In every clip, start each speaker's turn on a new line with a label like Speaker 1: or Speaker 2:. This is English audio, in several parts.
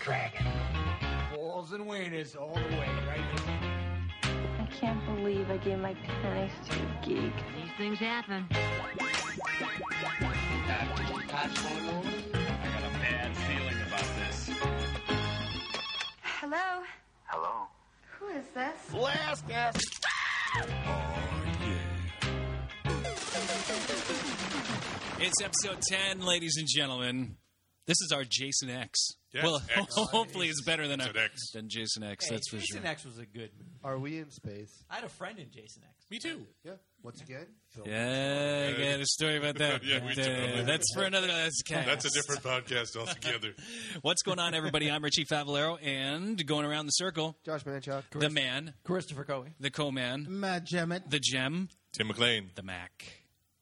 Speaker 1: dragon. Balls and wieners all the way, right?
Speaker 2: I can't believe I gave my pennies to a geek.
Speaker 3: These things happen.
Speaker 4: I got a bad feeling about this.
Speaker 5: Hello?
Speaker 6: Hello?
Speaker 5: Who is this?
Speaker 4: Blast us!
Speaker 7: It's episode 10, ladies and gentlemen. This is our Jason X.
Speaker 8: Yes,
Speaker 7: well,
Speaker 8: X.
Speaker 7: hopefully it's better than,
Speaker 8: Jason
Speaker 7: a-
Speaker 8: X.
Speaker 7: than Jason X,
Speaker 9: Hey,
Speaker 7: that's for
Speaker 9: Jason
Speaker 7: sure.
Speaker 9: X was a good movie.
Speaker 10: Are we in space?
Speaker 9: I had a friend in Jason X.
Speaker 8: Me too.
Speaker 10: Yeah. Once again, film.
Speaker 7: Uh, Yeah, I got a story about that.
Speaker 8: Yeah, we
Speaker 7: Uh,
Speaker 8: definitely-
Speaker 7: that's for another that's,
Speaker 8: That's a different podcast altogether.
Speaker 7: What's going on, everybody? I'm Richie Favalero, and going around the circle,
Speaker 10: Josh Manchuk.
Speaker 7: the man,
Speaker 9: Christopher Coe.
Speaker 7: the co-man,
Speaker 11: Matt Jemmett.
Speaker 7: the gem,
Speaker 8: Tim McLean.
Speaker 7: the Mac,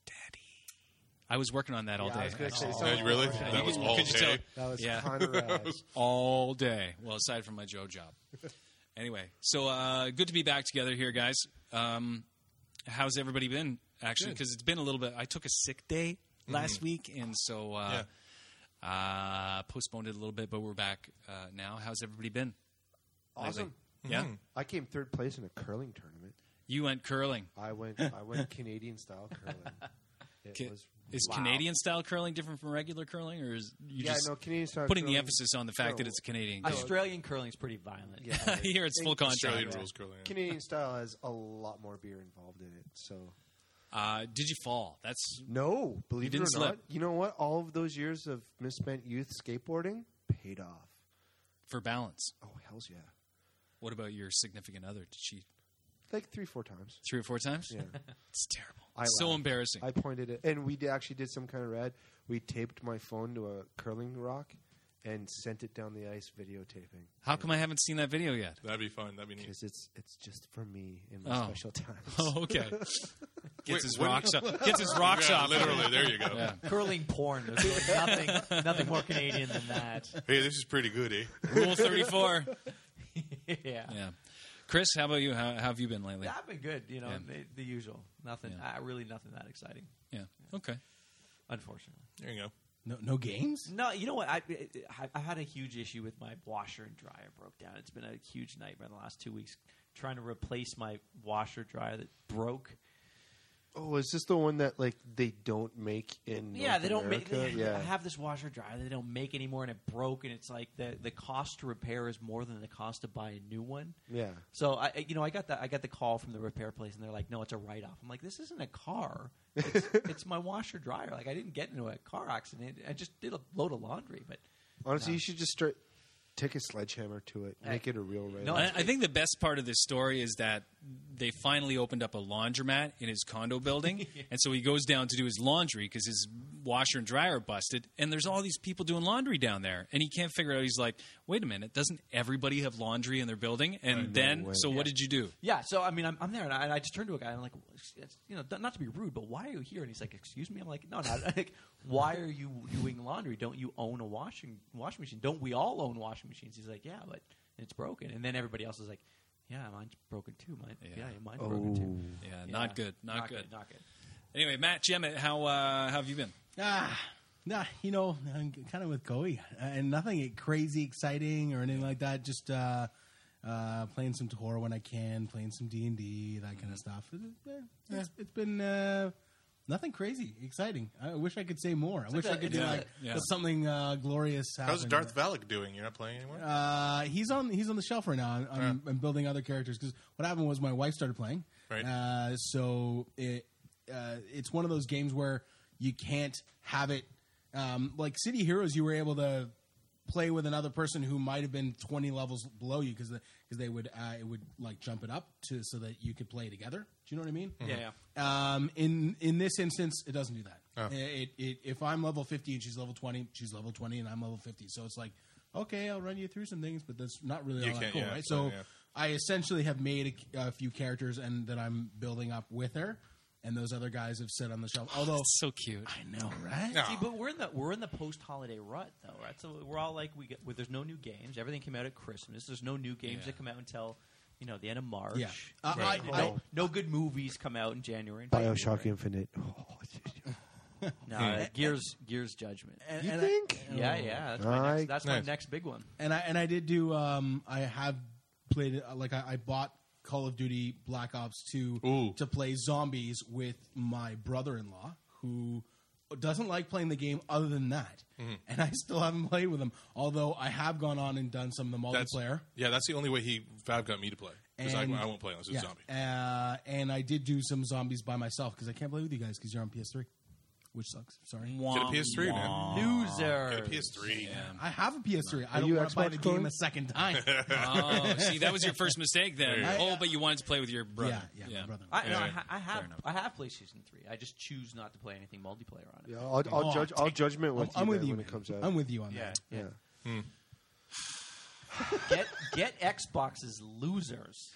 Speaker 7: Daddy. I was working on that all
Speaker 10: Yeah, I
Speaker 7: day.
Speaker 10: was going to
Speaker 7: actually.
Speaker 10: say
Speaker 8: Did
Speaker 10: something.
Speaker 8: you really?
Speaker 10: Yeah.
Speaker 8: That was all
Speaker 7: Could you tell?
Speaker 8: day.
Speaker 10: That was
Speaker 7: Yeah.
Speaker 10: kind of rad.
Speaker 7: all day. Well, aside from my Joe job. anyway, so uh, good to be back together here, guys. Um, how's everybody been? Actually, because it's been a little bit. I took a sick day
Speaker 10: Mm-hmm.
Speaker 7: last week, and so uh, uh, postponed it a little bit, but we're back uh, now. How's everybody been?
Speaker 10: Awesome. Mm-hmm.
Speaker 7: Yeah,
Speaker 10: I came third place in a curling tournament.
Speaker 7: you went curling.
Speaker 10: I went. I went Canadian style curling. It
Speaker 7: Ca-
Speaker 10: was.
Speaker 7: Is
Speaker 10: wow.
Speaker 7: Canadian style curling different from regular curling, or is you
Speaker 10: yeah,
Speaker 7: just
Speaker 10: no Canadian style.
Speaker 7: putting the
Speaker 10: curling-
Speaker 7: emphasis on the fact that
Speaker 10: No.
Speaker 7: it's a Canadian? game?
Speaker 9: Australian curling is pretty violent.
Speaker 10: Yeah,
Speaker 7: Here it's full contact.
Speaker 8: Australian rules curling.
Speaker 10: Canadian style has a lot more beer involved in it. So
Speaker 7: Uh, did you fall? That's
Speaker 10: no, believe
Speaker 7: didn't
Speaker 10: it or not,
Speaker 7: slip.
Speaker 10: you know what? All of those years of misspent youth skateboarding paid off.
Speaker 7: for balance.
Speaker 10: Oh hell's yeah!
Speaker 7: What about your significant other? Did she
Speaker 10: Like three, four times.
Speaker 7: three or four times?
Speaker 10: Yeah.
Speaker 7: It's terrible.
Speaker 10: I
Speaker 7: so
Speaker 10: laughed.
Speaker 7: embarrassing.
Speaker 10: I pointed it, and we d- actually did some kind of rad. We taped my phone to a curling rock and sent it down the ice, videotaping.
Speaker 7: How come I haven't seen that video yet?
Speaker 8: That'd be fun. That'd be neat.
Speaker 10: Because it's it's just for me in my
Speaker 7: Oh.
Speaker 10: special times.
Speaker 7: Oh, okay. Gets
Speaker 8: Wait,
Speaker 7: his
Speaker 8: what-
Speaker 7: rocks off. Gets his rocks
Speaker 8: Yeah,
Speaker 7: off.
Speaker 8: literally. There you go.
Speaker 7: Yeah.
Speaker 9: Curling porn. There's really nothing, nothing more Canadian than that.
Speaker 8: Hey, this is pretty good, eh?
Speaker 7: Rule thirty-four.
Speaker 9: yeah.
Speaker 7: Yeah. Chris, how about you? How, how have you been lately?
Speaker 9: I've been good, you know,
Speaker 7: Yeah.
Speaker 9: the, the usual. Nothing, uh, really nothing that exciting,
Speaker 7: Yeah. Okay.
Speaker 9: unfortunately.
Speaker 8: There you go.
Speaker 11: No, no games?
Speaker 9: No, you know what? I, I, I've had a huge issue with my washer and dryer broke down. It's been a huge nightmare the last two weeks trying to replace my washer dryer that broke.
Speaker 10: Oh, is this the one that like they don't make in?
Speaker 9: Yeah,
Speaker 10: North
Speaker 9: they don't
Speaker 10: America?
Speaker 9: make. They,
Speaker 10: yeah,
Speaker 9: I have this washer dryer they don't make anymore, and it broke, and it's like the the cost to repair is more than the cost to buy a new one.
Speaker 10: yeah.
Speaker 9: So I, I- you know, I got the I got the call from the repair place, and they're like, "No, it's a write off." I'm like, "This isn't a car. It's, it's my washer dryer. Like I didn't get into a car accident. I just did a load of laundry, but."
Speaker 10: Honestly, you should just start take a sledgehammer to it, make it a real rad.
Speaker 9: No,
Speaker 7: I, I think the best part of this story is that they finally opened up a laundromat in his condo building, and so he goes down to do his laundry because his washer and dryer busted, and there's all these people doing laundry down there, and he can't figure it out. He's like, "Wait a minute, doesn't everybody have laundry in their building?" And then,
Speaker 10: way.
Speaker 7: so what did you do?
Speaker 9: Yeah, so I mean, I'm, I'm there, and I, and I just turned to a guy, and I'm like, it's- you know, not to be rude, but why are you here? And he's like, excuse me. I'm like, no, no. Like, why are you doing laundry? Don't you own a washing washing machine? Don't we all own washing machines? He's like, yeah, but it's broken. And then everybody else is like, yeah, mine's broken too. Mine, yeah, mine's broken too.
Speaker 11: Oh.
Speaker 7: Yeah, not good, not, good.
Speaker 9: not good.
Speaker 7: Anyway, Matt Jemmett, how uh, how have you been?
Speaker 11: Ah, nah, you know, I'm kind of with Coey. Uh, and nothing crazy exciting or anything like that. Just uh, uh, playing some Tor when I can, playing some D&D, that kind of stuff. It- it- eh, it's- it's been... Uh, Nothing crazy, exciting. I wish I could say more. I wish
Speaker 9: like
Speaker 11: I
Speaker 9: a-
Speaker 11: could do
Speaker 9: it's
Speaker 11: like
Speaker 7: a- yeah.
Speaker 11: something uh, glorious.
Speaker 8: How's
Speaker 11: happened.
Speaker 8: Darth Valak doing? You're not playing anymore?
Speaker 11: Uh, he's on he's on the shelf right now. I'm, I'm, I'm building other characters because what happened was my wife started playing.
Speaker 8: Right.
Speaker 11: Uh, so it uh, it's one of those games where you can't have it. Um, like City Heroes, you were able to play with another person who might have been 20 levels below you because because they would uh, it would like jump it up to so that you could play together. Do you know what I mean?
Speaker 9: Yeah, yeah.
Speaker 11: Um, in in this instance, it doesn't do that.
Speaker 8: Oh.
Speaker 11: It, it if I'm level fifty and she's level twenty, she's level twenty and I'm level fifty. So it's like, okay, I'll run you through some things, but that's not really
Speaker 8: You
Speaker 11: all that
Speaker 8: can't-
Speaker 11: cool,
Speaker 8: yeah,
Speaker 11: right? So
Speaker 8: yeah.
Speaker 11: I essentially have made a, a few characters and that I'm building up with her, and those other guys have sit on the shelf. Although
Speaker 7: It's so cute.
Speaker 11: I know, right?
Speaker 8: No.
Speaker 9: See, but we're in the we're in the post holiday rut though, right? So we're all like, we get, well, there's no new games. Everything came out at Christmas. There's no new games
Speaker 7: Yeah.
Speaker 9: that come out until you know the end of March.
Speaker 11: Yeah. Uh, I-
Speaker 9: no,
Speaker 11: I-
Speaker 9: no good movies come out in January. And
Speaker 10: Bioshock
Speaker 9: February.
Speaker 10: Infinite.
Speaker 9: No, uh, Gears Gears Judgment.
Speaker 11: And,
Speaker 10: You
Speaker 11: and
Speaker 10: think?
Speaker 9: yeah, yeah. That's
Speaker 10: All
Speaker 9: my
Speaker 10: right.
Speaker 9: next, that's
Speaker 8: Nice.
Speaker 9: my next big one.
Speaker 11: I, and I and I did do. Um, I have played it. uh, Like I, I bought Call of Duty Black Ops Two
Speaker 8: Ooh.
Speaker 11: to play zombies with my brother-in-law who doesn't like playing the game other than that
Speaker 8: Mm-hmm.
Speaker 11: and i still haven't played with him although i have gone on and done some of the
Speaker 8: That's
Speaker 11: multiplayer
Speaker 8: Yeah, that's the only way he Fab got me to play. Because I, I won't play unless it's
Speaker 11: yeah,
Speaker 8: zombie.
Speaker 11: Uh, and I did do some zombies by myself because I can't play with you guys because you're on PS3, which sucks. Sorry.
Speaker 8: Get a PS3, man. Get a
Speaker 9: Loser.
Speaker 8: PS3.
Speaker 11: I have a PS3. I
Speaker 10: Mm. Are
Speaker 11: don't
Speaker 10: you
Speaker 11: want to buy
Speaker 10: Xbox
Speaker 11: the game
Speaker 10: clone?
Speaker 11: a second time.
Speaker 7: Oh, see, that was your first mistake then.
Speaker 8: There you
Speaker 7: Oh, but you wanted to play with your brother.
Speaker 11: yeah, yeah, my brother.
Speaker 9: I, no, I,
Speaker 8: Yeah.
Speaker 9: ha- I have
Speaker 7: Fair enough.
Speaker 9: I have PlayStation Three. I just choose not to play anything multiplayer on it.
Speaker 10: Yeah, I'll, I'll
Speaker 11: Oh,
Speaker 10: judge.
Speaker 11: take
Speaker 10: I'll
Speaker 11: it.
Speaker 10: judgment
Speaker 11: I'm,
Speaker 10: with
Speaker 11: I'm
Speaker 10: you
Speaker 11: with
Speaker 10: then
Speaker 11: you
Speaker 10: when
Speaker 11: man.
Speaker 10: it comes out.
Speaker 11: I'm with you on
Speaker 9: Yeah.
Speaker 11: that.
Speaker 10: Yeah.
Speaker 9: Get get Xboxes losers.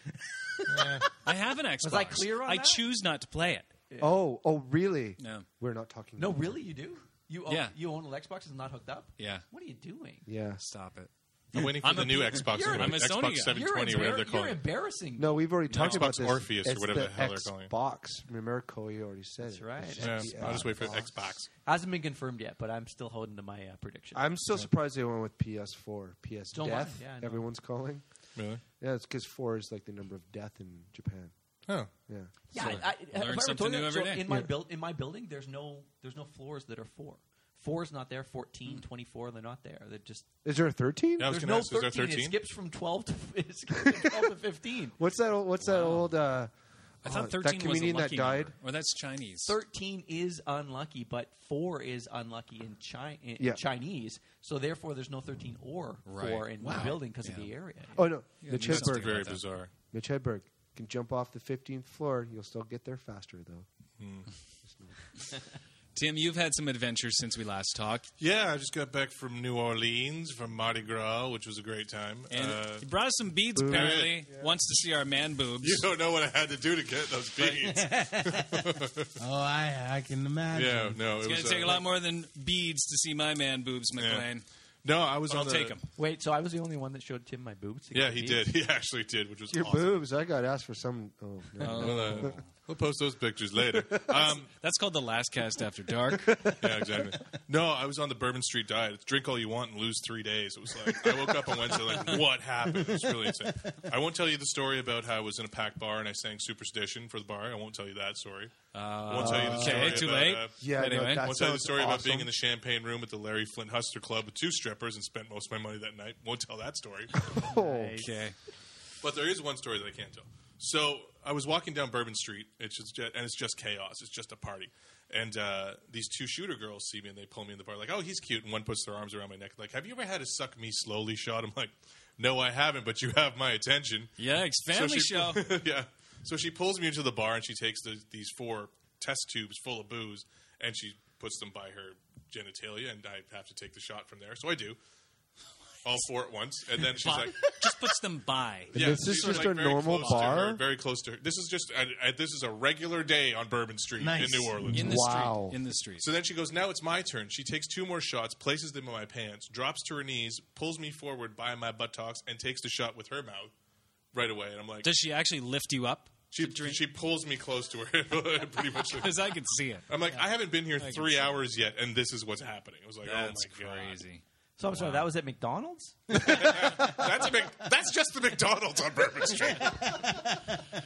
Speaker 7: I have an Xbox.
Speaker 9: I clear on
Speaker 7: I
Speaker 9: that?
Speaker 7: choose not to play it.
Speaker 10: Oh, oh, really?
Speaker 7: No.
Speaker 10: We're not talking.
Speaker 9: No,
Speaker 10: about that.
Speaker 9: really, you do. You own,
Speaker 7: Yeah.
Speaker 9: you own an Xbox and not hooked up.
Speaker 7: Yeah.
Speaker 9: What are you doing?
Speaker 10: Yeah.
Speaker 7: Stop it.
Speaker 8: I'm waiting for
Speaker 7: I'm
Speaker 8: the
Speaker 7: a-
Speaker 8: new Xbox.
Speaker 9: You're-
Speaker 8: anyway.
Speaker 7: I'm a Sony guy.
Speaker 8: Xbox
Speaker 9: You're,
Speaker 8: 720, whatever they're
Speaker 9: embar- you're
Speaker 8: calling it.
Speaker 9: embarrassing.
Speaker 10: No, we've already talked about
Speaker 8: Xbox
Speaker 10: this.
Speaker 8: Orpheus or
Speaker 10: It's
Speaker 8: whatever the
Speaker 10: the
Speaker 8: hell they're calling it.
Speaker 10: Xbox. Remember, Koei already said
Speaker 9: That's
Speaker 10: it.
Speaker 9: right.
Speaker 10: It's
Speaker 8: Yeah,
Speaker 10: the
Speaker 8: I'll just wait for
Speaker 10: Xbox.
Speaker 8: Xbox.
Speaker 9: hasn't been confirmed yet, but I'm still holding to my uh, prediction.
Speaker 10: I'm still surprised they went with PS4, PS
Speaker 9: Don't mind.
Speaker 10: Death.
Speaker 9: Yeah, I know.
Speaker 10: everyone's calling.
Speaker 8: Really?
Speaker 10: Yeah, it's because four is like the number of death in Japan.
Speaker 8: Oh.
Speaker 10: Yeah.
Speaker 9: yeah,
Speaker 7: So,
Speaker 9: I, I, have I ever
Speaker 7: something
Speaker 9: told you
Speaker 7: new
Speaker 9: that?
Speaker 7: every
Speaker 9: So
Speaker 7: day.
Speaker 9: In my
Speaker 10: Yeah.
Speaker 9: build, in my building, there's no there's no floors that are four. Four is not there.
Speaker 7: Hmm.
Speaker 9: 14, 24, they're not there. They're just
Speaker 10: Is there a thirteen?
Speaker 8: Yeah, I was
Speaker 9: there's
Speaker 8: going to
Speaker 9: no
Speaker 8: ask, is there
Speaker 9: 13. It
Speaker 8: 13?
Speaker 9: skips from 12 to it skips from 12 to 15.
Speaker 10: What's that? Old, what's that old? Uh,
Speaker 7: I
Speaker 10: uh,
Speaker 7: thought 13
Speaker 10: that comedian
Speaker 7: was a lucky
Speaker 10: that died.
Speaker 7: number. Or that's Chinese.
Speaker 9: 13 is unlucky, but 4 is unlucky in, chi- in
Speaker 10: Yeah.
Speaker 9: Chinese. So therefore, there's no 13 or 4
Speaker 7: Right.
Speaker 9: in
Speaker 7: Wow.
Speaker 9: the building because
Speaker 7: Yeah.
Speaker 9: of the area.
Speaker 10: Oh no,
Speaker 7: Yeah,
Speaker 10: Mitch
Speaker 7: you sound
Speaker 10: Hedberg.
Speaker 7: stupid.
Speaker 8: Very
Speaker 7: About that.
Speaker 8: bizarre.
Speaker 10: Mitch Hedberg can jump off the fifteenth floor. You'll still get there faster though.
Speaker 7: Tim, you've had some adventures since we last talked.
Speaker 8: Yeah, I just got back from New Orleans from Mardi Gras, which was a great time.
Speaker 7: And
Speaker 8: Uh,
Speaker 7: he brought us some beads, apparently. Wants to see our man boobs.
Speaker 8: you don't know what I had to do to get those beads.
Speaker 11: Oh, I, I can imagine.
Speaker 8: yeah, no, it was
Speaker 7: it's going to take
Speaker 8: uh,
Speaker 7: a lot more than beads to see my man boobs, McLean.
Speaker 8: No, I was
Speaker 7: But I'll
Speaker 8: on the,
Speaker 7: take 'em.
Speaker 9: Wait, so I was the only one that showed Tim my boobs?
Speaker 8: Yeah, he did. He actually did, which was
Speaker 10: Your
Speaker 8: awesome.
Speaker 10: boobs. I got asked for some. Oh, no.
Speaker 8: We'll, uh, we'll post those pictures later. Um,
Speaker 7: That's called the last cast after dark.
Speaker 8: yeah, exactly. No, I was on the Bourbon Street diet. It's drink all you want and lose three days. It was like I woke up on Wednesday, like what happened? It's really insane. I won't tell you the story about how I was in a packed bar and I sang Superstition for the bar. I won't tell you that story. I won't tell you the story.
Speaker 7: Uh, okay, too
Speaker 8: about,
Speaker 7: late.
Speaker 8: uh,
Speaker 10: Yeah, no,
Speaker 7: Anyway.
Speaker 10: that
Speaker 8: won't tell you the
Speaker 10: sounds
Speaker 8: story about being
Speaker 10: awesome.
Speaker 8: in the champagne room at the Larry Flint Huster Club with two strippers and spent most of my money that night. Won't tell that story.
Speaker 10: Oh,
Speaker 7: okay.
Speaker 8: But there is one story that I can't tell. So I was walking down Bourbon Street, it's just, and it's just chaos. It's just a party. And uh, these two shooter girls see me and they pull me in the bar, like, oh, he's cute. And one puts their arms around my neck, like, have you ever had a suck me slowly shot? I'm like, no, I haven't, but you have my attention.
Speaker 7: Yikes. Family show.
Speaker 8: yeah. So she pulls me into the bar and she takes the, these four test tubes full of booze and she puts them by her genitalia, and I have to take the shot from there. So I do. All four at once. And then she's like,
Speaker 7: Just puts them by.
Speaker 8: yeah,
Speaker 10: this is
Speaker 8: these are,
Speaker 10: just
Speaker 8: like,
Speaker 10: a
Speaker 8: very
Speaker 10: normal
Speaker 8: close to
Speaker 10: bar?
Speaker 8: her, very close to her. This is just I, I, this is a regular day on Bourbon Street
Speaker 11: Nice.
Speaker 8: in New Orleans.
Speaker 7: In the
Speaker 10: Wow.
Speaker 7: street. In the street.
Speaker 8: so then she goes, now it's my turn. She takes two more shots, places them in my pants, drops to her knees, pulls me forward by my buttocks, and takes the shot with her mouth right away. And I'm like,
Speaker 7: Does she actually lift you up?
Speaker 8: she she pulls me close to her, pretty much.
Speaker 7: Because I can see it.
Speaker 8: I'm like, I haven't been here
Speaker 7: can
Speaker 8: three
Speaker 7: see.
Speaker 8: hours yet, and this is what's happening. It was like,
Speaker 7: That's
Speaker 8: oh my
Speaker 7: crazy.
Speaker 9: So I'm sorry, that was at McDonald's?
Speaker 8: god, that's a Mc, that's just the McDonald's on Bourbon Street. so it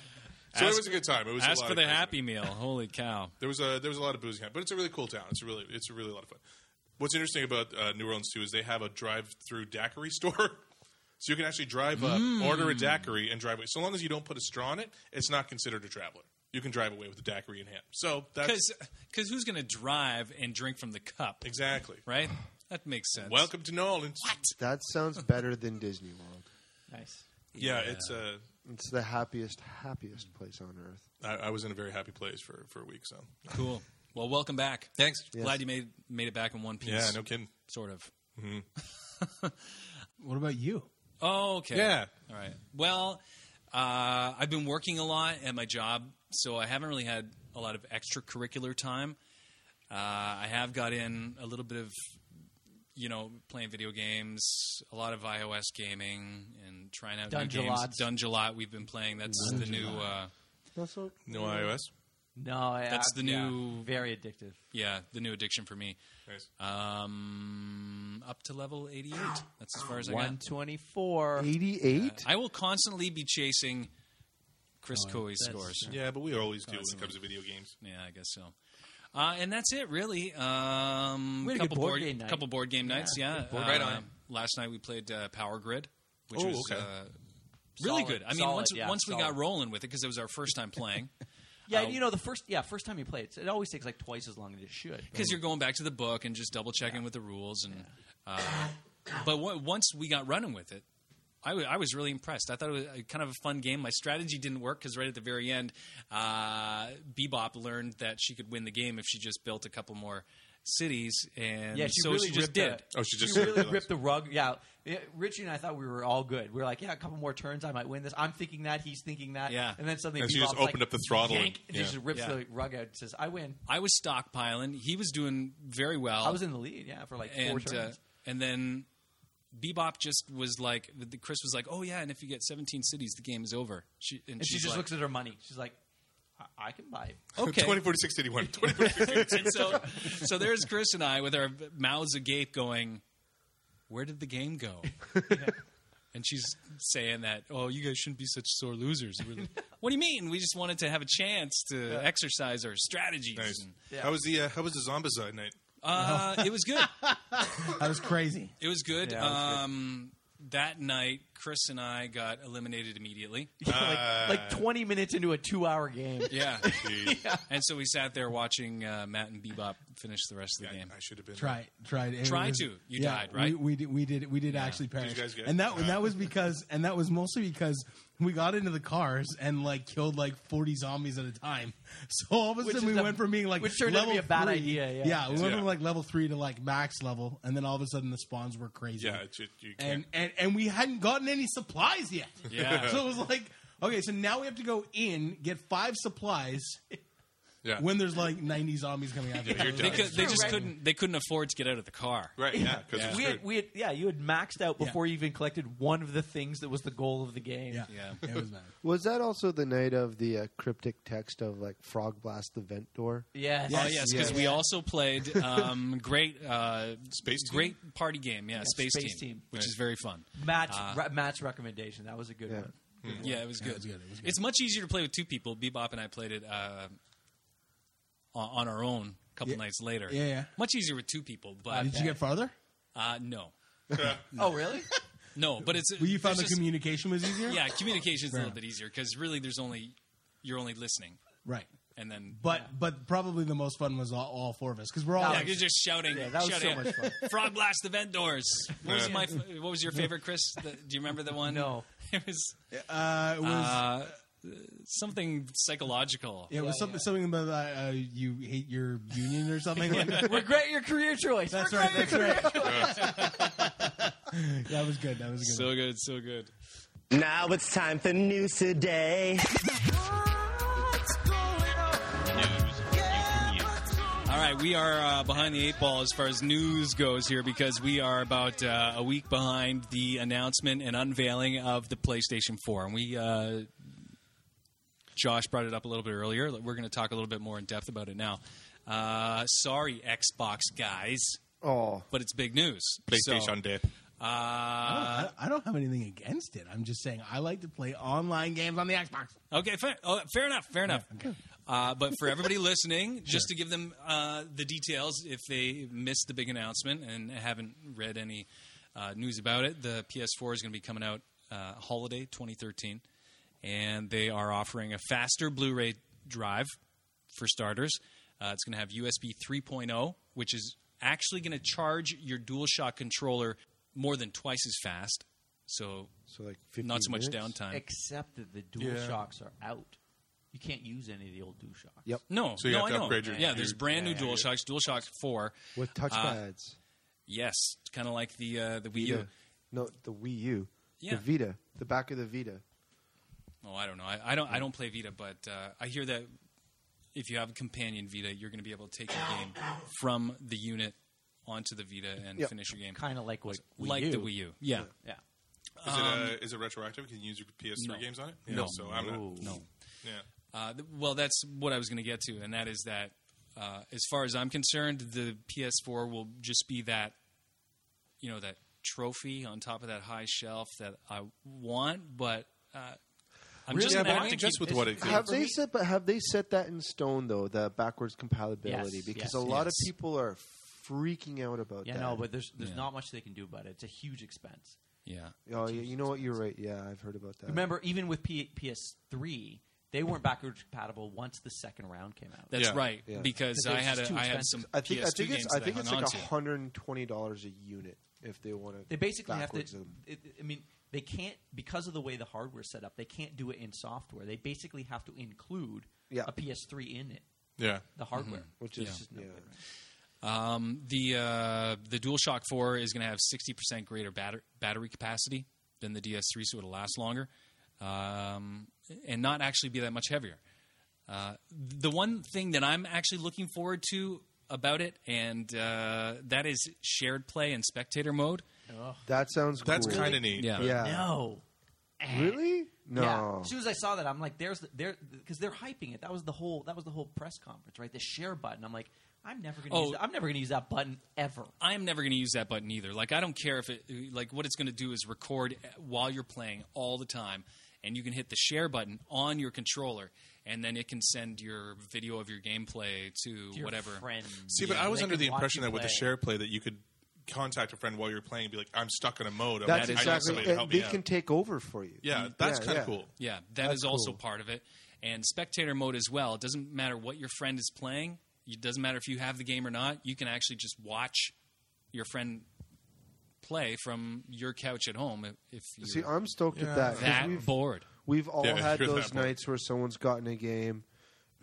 Speaker 7: Ask-
Speaker 8: was a good time. It was a
Speaker 7: Ask
Speaker 8: lot
Speaker 7: for
Speaker 8: of
Speaker 7: the
Speaker 8: crazy-
Speaker 7: Happy Meal. Holy cow.
Speaker 8: There was a there was a lot of boozing, but it's a really cool town. It's a really it's a really lot of fun. What's interesting about uh, New Orleans too is they have a drive-through daiquiri store, so you can actually drive up,
Speaker 7: Mm.
Speaker 8: order a daiquiri, and drive away. So long as you don't put a straw in it, it's not considered a traveler. You can drive away with a daiquiri in hand. So that's
Speaker 7: Because who's going to drive and drink from the cup?
Speaker 8: exactly.
Speaker 7: Right? That makes sense.
Speaker 8: Welcome to New Orleans. What?
Speaker 10: that sounds better than Disney World.
Speaker 9: Nice.
Speaker 8: Yeah, it's uh,
Speaker 10: It's the happiest, happiest place on earth.
Speaker 8: I, I was in a very happy place for, for a week. So
Speaker 7: Cool. Well, welcome back.
Speaker 8: thanks.
Speaker 7: Glad you made made it back in one piece.
Speaker 8: Yeah, no kidding.
Speaker 7: Sort of.
Speaker 11: What about you?
Speaker 7: Oh, okay.
Speaker 8: Yeah.
Speaker 7: All right. Well, uh, I've been working a lot at my job, so I haven't really had a lot of extracurricular time. Uh, I have got in a little bit of, you know, playing video games, a lot of iOS gaming, and trying out new games.
Speaker 9: Dungelots.
Speaker 7: Dungelot. We've been playing. That's the new. Uh,
Speaker 10: That's so,
Speaker 8: No iOS.
Speaker 9: No, I-
Speaker 7: That's
Speaker 9: I-
Speaker 7: the
Speaker 9: yeah,
Speaker 7: new-
Speaker 9: very addictive.
Speaker 7: Yeah, the new addiction for me.
Speaker 8: Nice.
Speaker 7: Um, up to level 88. That's as far as I
Speaker 9: One
Speaker 7: got.
Speaker 9: twenty four.
Speaker 10: Eighty-eight.
Speaker 7: I will constantly be chasing Chris Coey's
Speaker 11: that's-
Speaker 7: scores.
Speaker 8: yeah, but we always do when it
Speaker 7: Constantly.
Speaker 8: comes to video games.
Speaker 7: Yeah, I guess so. Uh, and that's it, really. Um,
Speaker 9: We had a good
Speaker 7: couple
Speaker 9: board game night.
Speaker 7: couple board game nights. Yeah,
Speaker 8: board game.
Speaker 7: Uh,
Speaker 8: Right on.
Speaker 7: Last night we played uh, Power Grid, which
Speaker 8: Oh,
Speaker 7: was
Speaker 8: okay.
Speaker 7: uh, really
Speaker 9: Solid,
Speaker 7: good. I mean,
Speaker 9: solid,
Speaker 7: once
Speaker 9: yeah,
Speaker 7: once we got
Speaker 9: solid.
Speaker 7: rolling with it because it was our first time playing.
Speaker 9: Yeah,
Speaker 7: Uh,
Speaker 9: you know the first. Yeah, first time you play it, it always takes like twice as long as it should.
Speaker 7: because you're going back to the book and just double checking with the rules and uh, but w- once we got running with it I wa- I was really impressed. I thought it was uh, kind of a fun game. My strategy didn't work because right at the very end, uh, Bebop learned that she could win the game if she just built a couple more cities, and
Speaker 9: Yeah, she
Speaker 7: so
Speaker 9: really
Speaker 7: she just
Speaker 9: ripped the-
Speaker 7: did.
Speaker 8: Oh, she just
Speaker 9: she really ripped the rug. Yeah, Yeah, Richie and I thought we were all good. We were like, yeah, a couple more turns, I might win this. I'm thinking that, he's thinking that.
Speaker 7: Yeah.
Speaker 9: and then suddenly
Speaker 8: And she just
Speaker 9: Bebop's like,
Speaker 8: opened up the throttle
Speaker 9: yank,
Speaker 8: and-
Speaker 9: and
Speaker 8: yeah.
Speaker 9: she just rips
Speaker 7: Yeah.
Speaker 9: the rug out and says, "I win."
Speaker 7: I was stockpiling. He was doing very well.
Speaker 9: I was in the lead. Yeah, for like four
Speaker 7: and uh,
Speaker 9: turns.
Speaker 7: and then Bebop just was like, the- Chris was like, "Oh yeah, and if you get 17 cities, the game is over." She, and,
Speaker 9: and she
Speaker 7: she's
Speaker 9: just
Speaker 7: like-
Speaker 9: looks at her money. She's like, "I, I can buy." It.
Speaker 7: Okay.
Speaker 8: 2046 81. 2046
Speaker 7: and so, so there's Chris and I with our mouths agape, going, "Where did the game go?" And she's saying that, "Oh, you guys shouldn't be such sore losers." We're like, what do you mean? We just wanted to have a chance to exercise our strategies.
Speaker 8: nice.
Speaker 7: And,
Speaker 9: Yeah.
Speaker 8: How was the uh, How was the Zombicide night?
Speaker 7: uh, It was good.
Speaker 11: That was crazy.
Speaker 7: It was good.
Speaker 9: Yeah, it was good.
Speaker 7: um, That night, Chris and I got eliminated immediately.
Speaker 8: Uh,
Speaker 9: like, like twenty minutes into a two-hour game.
Speaker 7: Yeah.
Speaker 8: Jeez.
Speaker 7: And so we sat there watching uh, Matt and Bebop finish the rest of the
Speaker 8: Yeah,
Speaker 7: game.
Speaker 8: I should have been.
Speaker 11: Try try it. It
Speaker 7: Try
Speaker 11: was-
Speaker 7: to. You died, right?
Speaker 11: We, we did. We did. We did actually perish.
Speaker 8: you guys get-
Speaker 11: and that
Speaker 8: uh,
Speaker 11: and that was because and that was mostly because we got into the cars and like killed like forty zombies at a time. So all of a
Speaker 9: Which
Speaker 11: sudden
Speaker 9: is
Speaker 11: we
Speaker 9: a-
Speaker 11: went from being like
Speaker 9: which turned out to
Speaker 11: level
Speaker 9: be a bad
Speaker 11: three-
Speaker 9: idea, yeah.
Speaker 11: we went
Speaker 8: Yeah.
Speaker 11: from like level three to like max level, and then all of a sudden the spawns were crazy.
Speaker 8: Yeah, it, should- you
Speaker 11: and
Speaker 8: can't.
Speaker 11: and and we hadn't gotten any supplies yet.
Speaker 7: Yeah.
Speaker 11: so it was like okay, so now we have to go in get five supplies
Speaker 8: yeah.
Speaker 11: when there's like ninety zombies coming after
Speaker 8: Yeah,
Speaker 11: us.
Speaker 8: you're done.
Speaker 7: They,
Speaker 11: It was like-
Speaker 7: could, they
Speaker 9: True,
Speaker 7: just
Speaker 9: right?
Speaker 7: couldn't. They couldn't afford to get out of the car.
Speaker 8: right. Yeah. Because
Speaker 7: Yeah.
Speaker 9: We had, we had, yeah, you had maxed out before you even collected one of the things that was the goal of the game.
Speaker 11: Yeah,
Speaker 7: Yeah.
Speaker 11: it was bad.
Speaker 10: Was that also the night of the uh, cryptic text of like frog blast the vent door?
Speaker 9: Yes.
Speaker 7: Oh yes, because
Speaker 10: Yes.
Speaker 7: we also played um, great, uh,
Speaker 8: Space Team?
Speaker 7: great party game. Yeah, space,
Speaker 9: Space
Speaker 7: team,
Speaker 9: Team.
Speaker 7: which
Speaker 8: Right.
Speaker 7: is very fun.
Speaker 9: Matt's re- Matt's recommendation that was a good
Speaker 10: Yeah.
Speaker 9: one.
Speaker 7: Yeah, it was good.
Speaker 11: was good, it was good.
Speaker 7: It's much easier to play with two people. Bebop and I played it uh, on, on our own a couple
Speaker 11: Yeah.
Speaker 7: nights later.
Speaker 11: Yeah, yeah.
Speaker 7: much easier with two people.
Speaker 11: Uh,
Speaker 7: But
Speaker 11: did you get farther?
Speaker 7: uh, no,
Speaker 9: Oh really?
Speaker 7: no. But it's
Speaker 11: Well, you found the
Speaker 7: there's just-
Speaker 11: communication was easier.
Speaker 7: Yeah, communication's a
Speaker 11: Right.
Speaker 7: little bit easier because really, there's only you're only listening,
Speaker 11: right.
Speaker 7: and then
Speaker 11: But but probably the most fun was all, all four of us because we're all
Speaker 9: Yeah,
Speaker 7: yeah,
Speaker 11: like,
Speaker 7: you're just shouting.
Speaker 9: Yeah, that was
Speaker 7: shouting.
Speaker 9: so much fun.
Speaker 7: Frog blast the vent doors. What was
Speaker 8: Yeah.
Speaker 7: my? What was your favorite, Chris? The, do you remember the one?
Speaker 9: No.
Speaker 7: it was
Speaker 11: uh, it was,
Speaker 7: uh, something psychological.
Speaker 11: it was
Speaker 9: yeah,
Speaker 11: something
Speaker 9: yeah.
Speaker 11: something about uh, you hate your union or something. like that.
Speaker 9: Regret your career choice.
Speaker 11: That's
Speaker 9: Regret
Speaker 11: right. That's right. that was good. That was a good.
Speaker 7: So good, so good.
Speaker 3: Now it's time for news today.
Speaker 7: All right, we are uh, behind the eight ball as far as news goes here because we are about uh, a week behind the announcement and unveiling of the PlayStation 4. And we, uh, Josh brought it up a little bit earlier. We're going to talk a little bit more in depth about it now. Uh, sorry, Xbox guys,
Speaker 10: Oh,
Speaker 7: but it's big news.
Speaker 8: PlayStation Dead.
Speaker 7: So, uh,
Speaker 11: I, don't, I don't have anything against it. I'm just saying I like to play online games on the Xbox.
Speaker 7: Okay, fair, oh, fair enough, fair enough. Uh, but for everybody listening, just to give them uh, the details if they missed the big announcement and haven't read any uh, news about it, the PS4 is going to be coming out uh, holiday 2013, and they are offering a faster Blu ray drive for starters. Uh, it's going to have USB 3.0, oh, which is actually going to charge your DualShock controller more than twice as fast. So,
Speaker 10: so like 15
Speaker 7: not so much
Speaker 10: minutes?
Speaker 7: downtime.
Speaker 9: Except that the dual shocks are out. You can't use any of the old dual shocks.
Speaker 10: Yep.
Speaker 7: No,
Speaker 8: So you
Speaker 7: no,
Speaker 8: have to
Speaker 7: I know.
Speaker 8: upgrade your-
Speaker 7: yeah, there's
Speaker 8: your-
Speaker 7: brand new
Speaker 8: yeah, yeah,
Speaker 7: DualShocks, DualShock Four.
Speaker 10: with touchpads.
Speaker 7: Yes, kind of like the uh, the Uh, Wii
Speaker 10: Vita.
Speaker 7: U.
Speaker 10: No, the Wii U.
Speaker 7: Yeah.
Speaker 10: The Vita. The back of the Vita.
Speaker 7: Oh, I don't know. I, I don't. I don't play Vita, but uh, I hear that if you have a companion Vita, you're going to be able to take your game from the unit onto the Vita and
Speaker 10: Yep.
Speaker 7: finish your game,
Speaker 9: Kind of like what we
Speaker 7: like
Speaker 9: do.
Speaker 7: the Wii U. Yeah.
Speaker 9: Yeah.
Speaker 8: um, Is it uh, is it retroactive? Can you use your PS3
Speaker 7: no.
Speaker 8: games on it?
Speaker 7: No.
Speaker 8: So I'm not.
Speaker 7: No.
Speaker 8: Yeah.
Speaker 7: Uh, th- well, that's what I was going to get to, and that is that, uh, as far as I'm concerned, the PS4 will just be that, you know, that trophy on top of that high shelf that I want, but uh, I'm
Speaker 8: Really?
Speaker 7: just
Speaker 8: Yeah,
Speaker 7: gonna
Speaker 8: but
Speaker 7: have
Speaker 8: I
Speaker 7: to
Speaker 8: mean, just
Speaker 7: keep-
Speaker 8: with what it
Speaker 7: Yeah,
Speaker 10: Have
Speaker 7: for
Speaker 10: they
Speaker 7: me-
Speaker 10: set? But have they set that in stone though? The backwards compatibility,
Speaker 9: Yes,
Speaker 10: because
Speaker 9: yes,
Speaker 10: a lot
Speaker 7: yes.
Speaker 10: of people are freaking out about
Speaker 9: Yeah,
Speaker 10: that.
Speaker 9: no, but there's there's
Speaker 7: Yeah.
Speaker 9: not much they can do about it. It's a huge expense.
Speaker 7: Yeah.
Speaker 10: oh, you, you know what? You're right. Yeah, I've heard about that.
Speaker 9: Remember, even with P- PS3, they weren't backwards compatible once the second round came out.
Speaker 7: That's
Speaker 8: Yeah.
Speaker 7: right
Speaker 10: Yeah.
Speaker 7: because
Speaker 9: Because
Speaker 7: I had
Speaker 9: it's
Speaker 7: a,
Speaker 9: too
Speaker 7: I had
Speaker 9: expensive.
Speaker 7: some
Speaker 10: I think
Speaker 7: PS2
Speaker 10: I think
Speaker 7: games
Speaker 10: it's I
Speaker 7: that
Speaker 10: think
Speaker 7: hung
Speaker 10: it's like
Speaker 7: onto.
Speaker 10: hundred and twenty dollars a unit if they want to.
Speaker 9: They basically have to.
Speaker 10: backwards them.
Speaker 9: It, I mean, they can't because of the way the hardware's set up. They can't do it in software. They basically have to include
Speaker 10: Yeah. Mm-hmm.
Speaker 9: a PS3 in it,
Speaker 8: Yeah.
Speaker 9: the hardware,
Speaker 10: Which
Speaker 9: It's
Speaker 10: is-
Speaker 9: just no
Speaker 10: yeah.
Speaker 9: good, right?
Speaker 7: Um, the uh, the DualShock 4 is going to have 60% greater batter- battery capacity than the DS3, so it'll last longer um, and not actually be that much heavier. Uh, the one thing that I'm actually looking forward to about it, and uh, that is shared play and spectator mode.
Speaker 10: That sounds
Speaker 8: That's
Speaker 10: cool.
Speaker 8: kind of neat.
Speaker 7: Yeah.
Speaker 8: but-
Speaker 10: yeah.
Speaker 9: No.
Speaker 10: Really? No.
Speaker 9: Yeah. As soon as I saw that, I'm like, "There's the, there," because they're hyping it. That was the whole. That was the whole press conference, right? The share button. I'm like, I'm never gonna.
Speaker 7: Oh.
Speaker 9: Use that. I'm never gonna use that button ever.
Speaker 7: I'm never going to use that button either. Like I don't care if it like what it's going to do is record while you're playing all the time and you can hit the share button on your controller and then it can send your video of your gameplay to
Speaker 9: Your
Speaker 7: whatever.
Speaker 9: friend.
Speaker 8: See, but I was
Speaker 9: They
Speaker 8: under
Speaker 9: can
Speaker 8: the
Speaker 9: watch
Speaker 8: impression
Speaker 9: you
Speaker 8: that with the
Speaker 9: play.
Speaker 8: share play that you could contact a friend while you're playing and be like, "I'm stuck in a mode. I'm
Speaker 10: That's
Speaker 8: I need
Speaker 10: exactly.
Speaker 8: somebody to
Speaker 10: and
Speaker 8: help
Speaker 10: they
Speaker 8: me out."
Speaker 10: can take over for you.
Speaker 8: yeah, that's kind of
Speaker 10: yeah.
Speaker 8: cool.
Speaker 7: Yeah, that's
Speaker 10: That's
Speaker 7: also
Speaker 10: cool.
Speaker 7: part of it. And spectator mode as well. It doesn't matter what your friend is playing. It doesn't matter if you have the game or not. You can actually just watch your friend play from your couch at home if, if you're
Speaker 10: See, I'm stoked
Speaker 8: Yeah.
Speaker 10: at that. 'cause
Speaker 7: that
Speaker 10: we've,
Speaker 7: bored.
Speaker 10: we've all
Speaker 8: Yeah,
Speaker 10: had
Speaker 8: you're that
Speaker 10: those
Speaker 8: bored.
Speaker 10: nights where someone's gotten a game,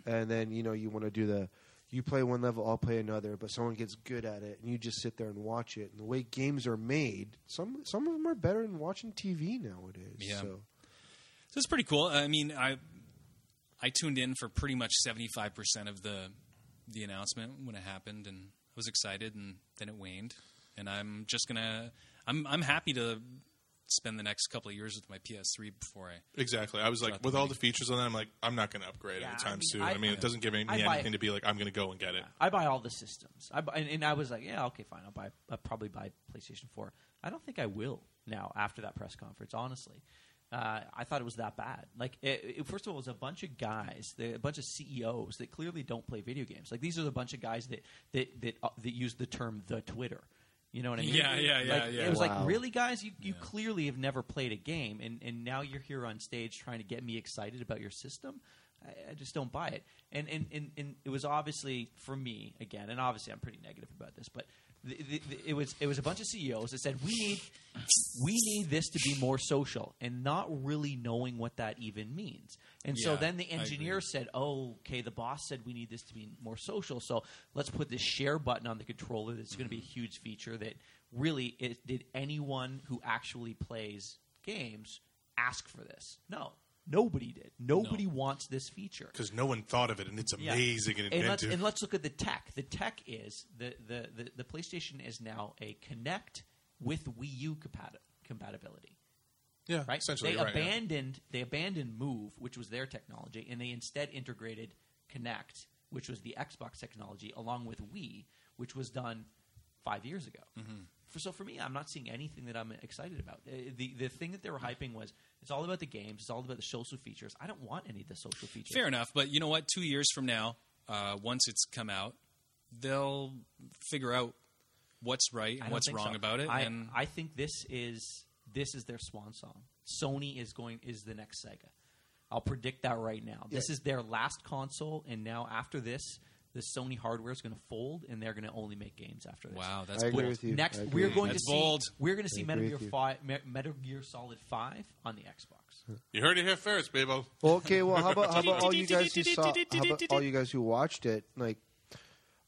Speaker 10: and then you know you want to do the. You play one level, I'll play another, but someone gets good at it, and you just sit there and watch it. And the way games are made, some some of them are better than watching TV nowadays.
Speaker 7: Yeah.
Speaker 10: So.
Speaker 7: So it's pretty cool. I mean, I I tuned in for pretty much seventy five percent of the the announcement when it happened, and I was excited, and then it waned. And I'm just gonna I'm I'm happy to spend the next couple of years with my PS3 before I.
Speaker 8: Exactly. I was like,
Speaker 7: Drop
Speaker 8: with
Speaker 7: the
Speaker 8: all
Speaker 7: money.
Speaker 8: the features on that, I'm like, I'm not going to upgrade
Speaker 9: Yeah, I
Speaker 8: anytime
Speaker 9: mean,
Speaker 8: soon.
Speaker 9: I-
Speaker 8: I, mean, it doesn't give me
Speaker 9: I buy-
Speaker 8: anything to be like, I'm going to go and get it.
Speaker 9: I buy all the systems. I buy, and, and I was like, yeah, okay, fine. I'll buy. I'll probably buy PlayStation Four. I don't think I will now after that press conference. Honestly, uh, I thought it was that bad. Like, it, it- first of all, it was a bunch of guys, the- a bunch of CEOs that clearly don't play video games. Like, these are the bunch of guys that that that, uh, that use the term the Twitter. You know what I mean?
Speaker 7: Yeah, yeah, yeah,
Speaker 9: Like,
Speaker 7: yeah.
Speaker 9: It was
Speaker 10: Wow.
Speaker 9: like, really, guys, you, you clearly have never played a game, and, and now you're here on stage trying to get me excited about your system. I, I just don't buy it. And, and, and, and it was obviously for me again, and obviously I'm pretty negative about this, but the, the, the, it was it was a bunch of CEOs that said we need we need this to be more social, and not really knowing what that even means. And so
Speaker 7: Yeah,
Speaker 9: then the
Speaker 7: I agree.
Speaker 9: engineer said, "Oh, okay, the boss said we need this to be more social, so let's put this share button on the controller. That's going to
Speaker 8: Mm-hmm.
Speaker 9: be a huge feature that really it, did anyone who actually plays games ask for this? No, nobody did. Nobody wants this feature.
Speaker 8: Because no one thought of it, and it's
Speaker 9: Yeah.
Speaker 8: amazing and
Speaker 9: And let's,
Speaker 8: inventive.
Speaker 9: and let's look at the tech. The tech is the the, the, the PlayStation is now a Connect with Wii U compati- compatibility
Speaker 8: yeah,
Speaker 9: right?
Speaker 8: essentially,
Speaker 9: they
Speaker 8: you're right, yeah.
Speaker 9: abandoned they abandoned Move, which was their technology, and they instead integrated Connect, which was the Xbox technology, along with Wii, which was done five years ago.
Speaker 8: Mm-hmm.
Speaker 9: For, so for me, I'm not seeing anything that I'm excited about. Uh, the the thing that they were hyping was it's all about the games, it's all about the social features. I don't want any of the social features.
Speaker 7: Fair enough, but you know what? Two years from now, uh, once it's come out, they'll figure out what's right
Speaker 9: I
Speaker 7: and
Speaker 9: don't
Speaker 7: what's
Speaker 9: think
Speaker 7: wrong
Speaker 9: so.
Speaker 7: about it.
Speaker 9: I,
Speaker 7: and
Speaker 9: I think this is this is their swan song. Sony is going is the next Sega. I'll predict that right now. This
Speaker 10: Yeah.
Speaker 9: is their last console, and now after this, the Sony hardware is going to fold, and they're going to only make games after this.
Speaker 7: wow, that's
Speaker 10: I agree
Speaker 7: bold.
Speaker 10: with you.
Speaker 9: Next,
Speaker 10: I agree
Speaker 9: we're
Speaker 10: with
Speaker 9: going
Speaker 10: you.
Speaker 9: to
Speaker 7: That's
Speaker 9: see
Speaker 7: bold.
Speaker 9: we're going to see
Speaker 10: I
Speaker 9: Metal
Speaker 10: agree
Speaker 9: Gear
Speaker 10: with you.
Speaker 9: Five, Me- Metal Gear Solid Five on the Xbox.
Speaker 8: You heard it here first, people.
Speaker 10: Well, okay, well, how about how about all you guys who saw? How about all you guys who watched it? Like,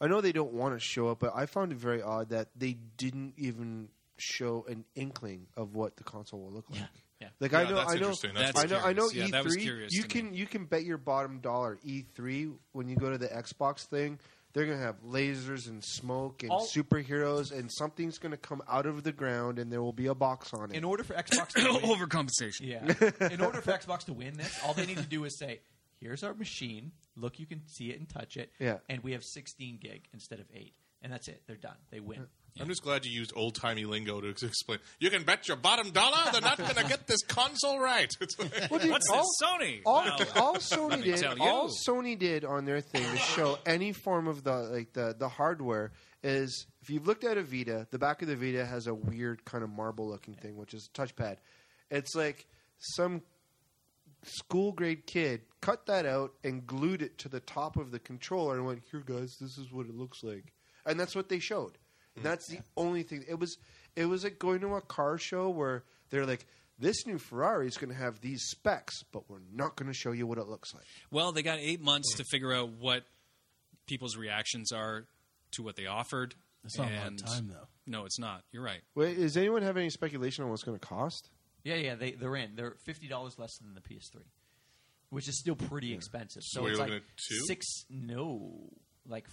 Speaker 10: I know they don't want to show it, but I found it very odd that they didn't even show an inkling of what the console will look like.
Speaker 9: Yeah, yeah.
Speaker 10: Like I
Speaker 8: Yeah,
Speaker 10: know,
Speaker 8: that's
Speaker 10: I know,
Speaker 8: interesting.
Speaker 7: That's
Speaker 10: I know, I know.
Speaker 7: curious. Yeah, that was
Speaker 10: E3,
Speaker 7: curious
Speaker 10: you
Speaker 7: to
Speaker 10: can you can bet your bottom dollar. E3, when you go to the Xbox thing, they're gonna have lasers and smoke and
Speaker 9: All-
Speaker 10: superheroes, and something's gonna come out of the ground, and there will be a box on it.
Speaker 9: In order for Xbox to win,
Speaker 7: overcompensation.
Speaker 9: yeah, in order for Xbox to win this, all they need to do is say, here's our machine. Look, you can see it and touch it.
Speaker 10: Yeah.
Speaker 9: And we have 16 gig instead of eight, and that's it. They're done. They
Speaker 10: Uh.
Speaker 9: win.
Speaker 8: I'm just glad you used old timey lingo to ex- explain. You can bet your bottom dollar they're not going to get this console right. It's like,
Speaker 10: Well, dude,
Speaker 7: What's
Speaker 10: all-
Speaker 7: this Sony?
Speaker 10: All,
Speaker 7: Wow.
Speaker 10: all Sony
Speaker 7: me
Speaker 10: did,
Speaker 7: tell
Speaker 10: all
Speaker 7: you.
Speaker 10: Sony did on their thing to show any form of the like the the hardware is if you've looked at a Vita, the back of the Vita has a weird kind of marble looking thing, which is a touchpad. It's like some school grade kid cut that out and glued it to the top of the controller and went, "Here, guys, this is what it looks like," and that's what they showed.
Speaker 7: Mm-hmm.
Speaker 10: And That's the only thing. It was it was like going to a car show where they're like, "This new Ferrari is going to have these specs, but we're not going to show you what it looks like."
Speaker 7: Well, they got eight
Speaker 11: Hmm.
Speaker 7: months to figure out what people's reactions are to what they offered.
Speaker 11: That's not a lot of
Speaker 7: and-
Speaker 11: time, though.
Speaker 7: No, it's not. You're right.
Speaker 10: Wait, does anyone have any speculation on what's going to cost?
Speaker 9: Yeah, yeah. They they're in. They're fifty dollars less than the PS3, which is still pretty expensive. So
Speaker 8: what,
Speaker 9: it's
Speaker 8: you're
Speaker 9: like
Speaker 8: looking at two?
Speaker 9: six. No, like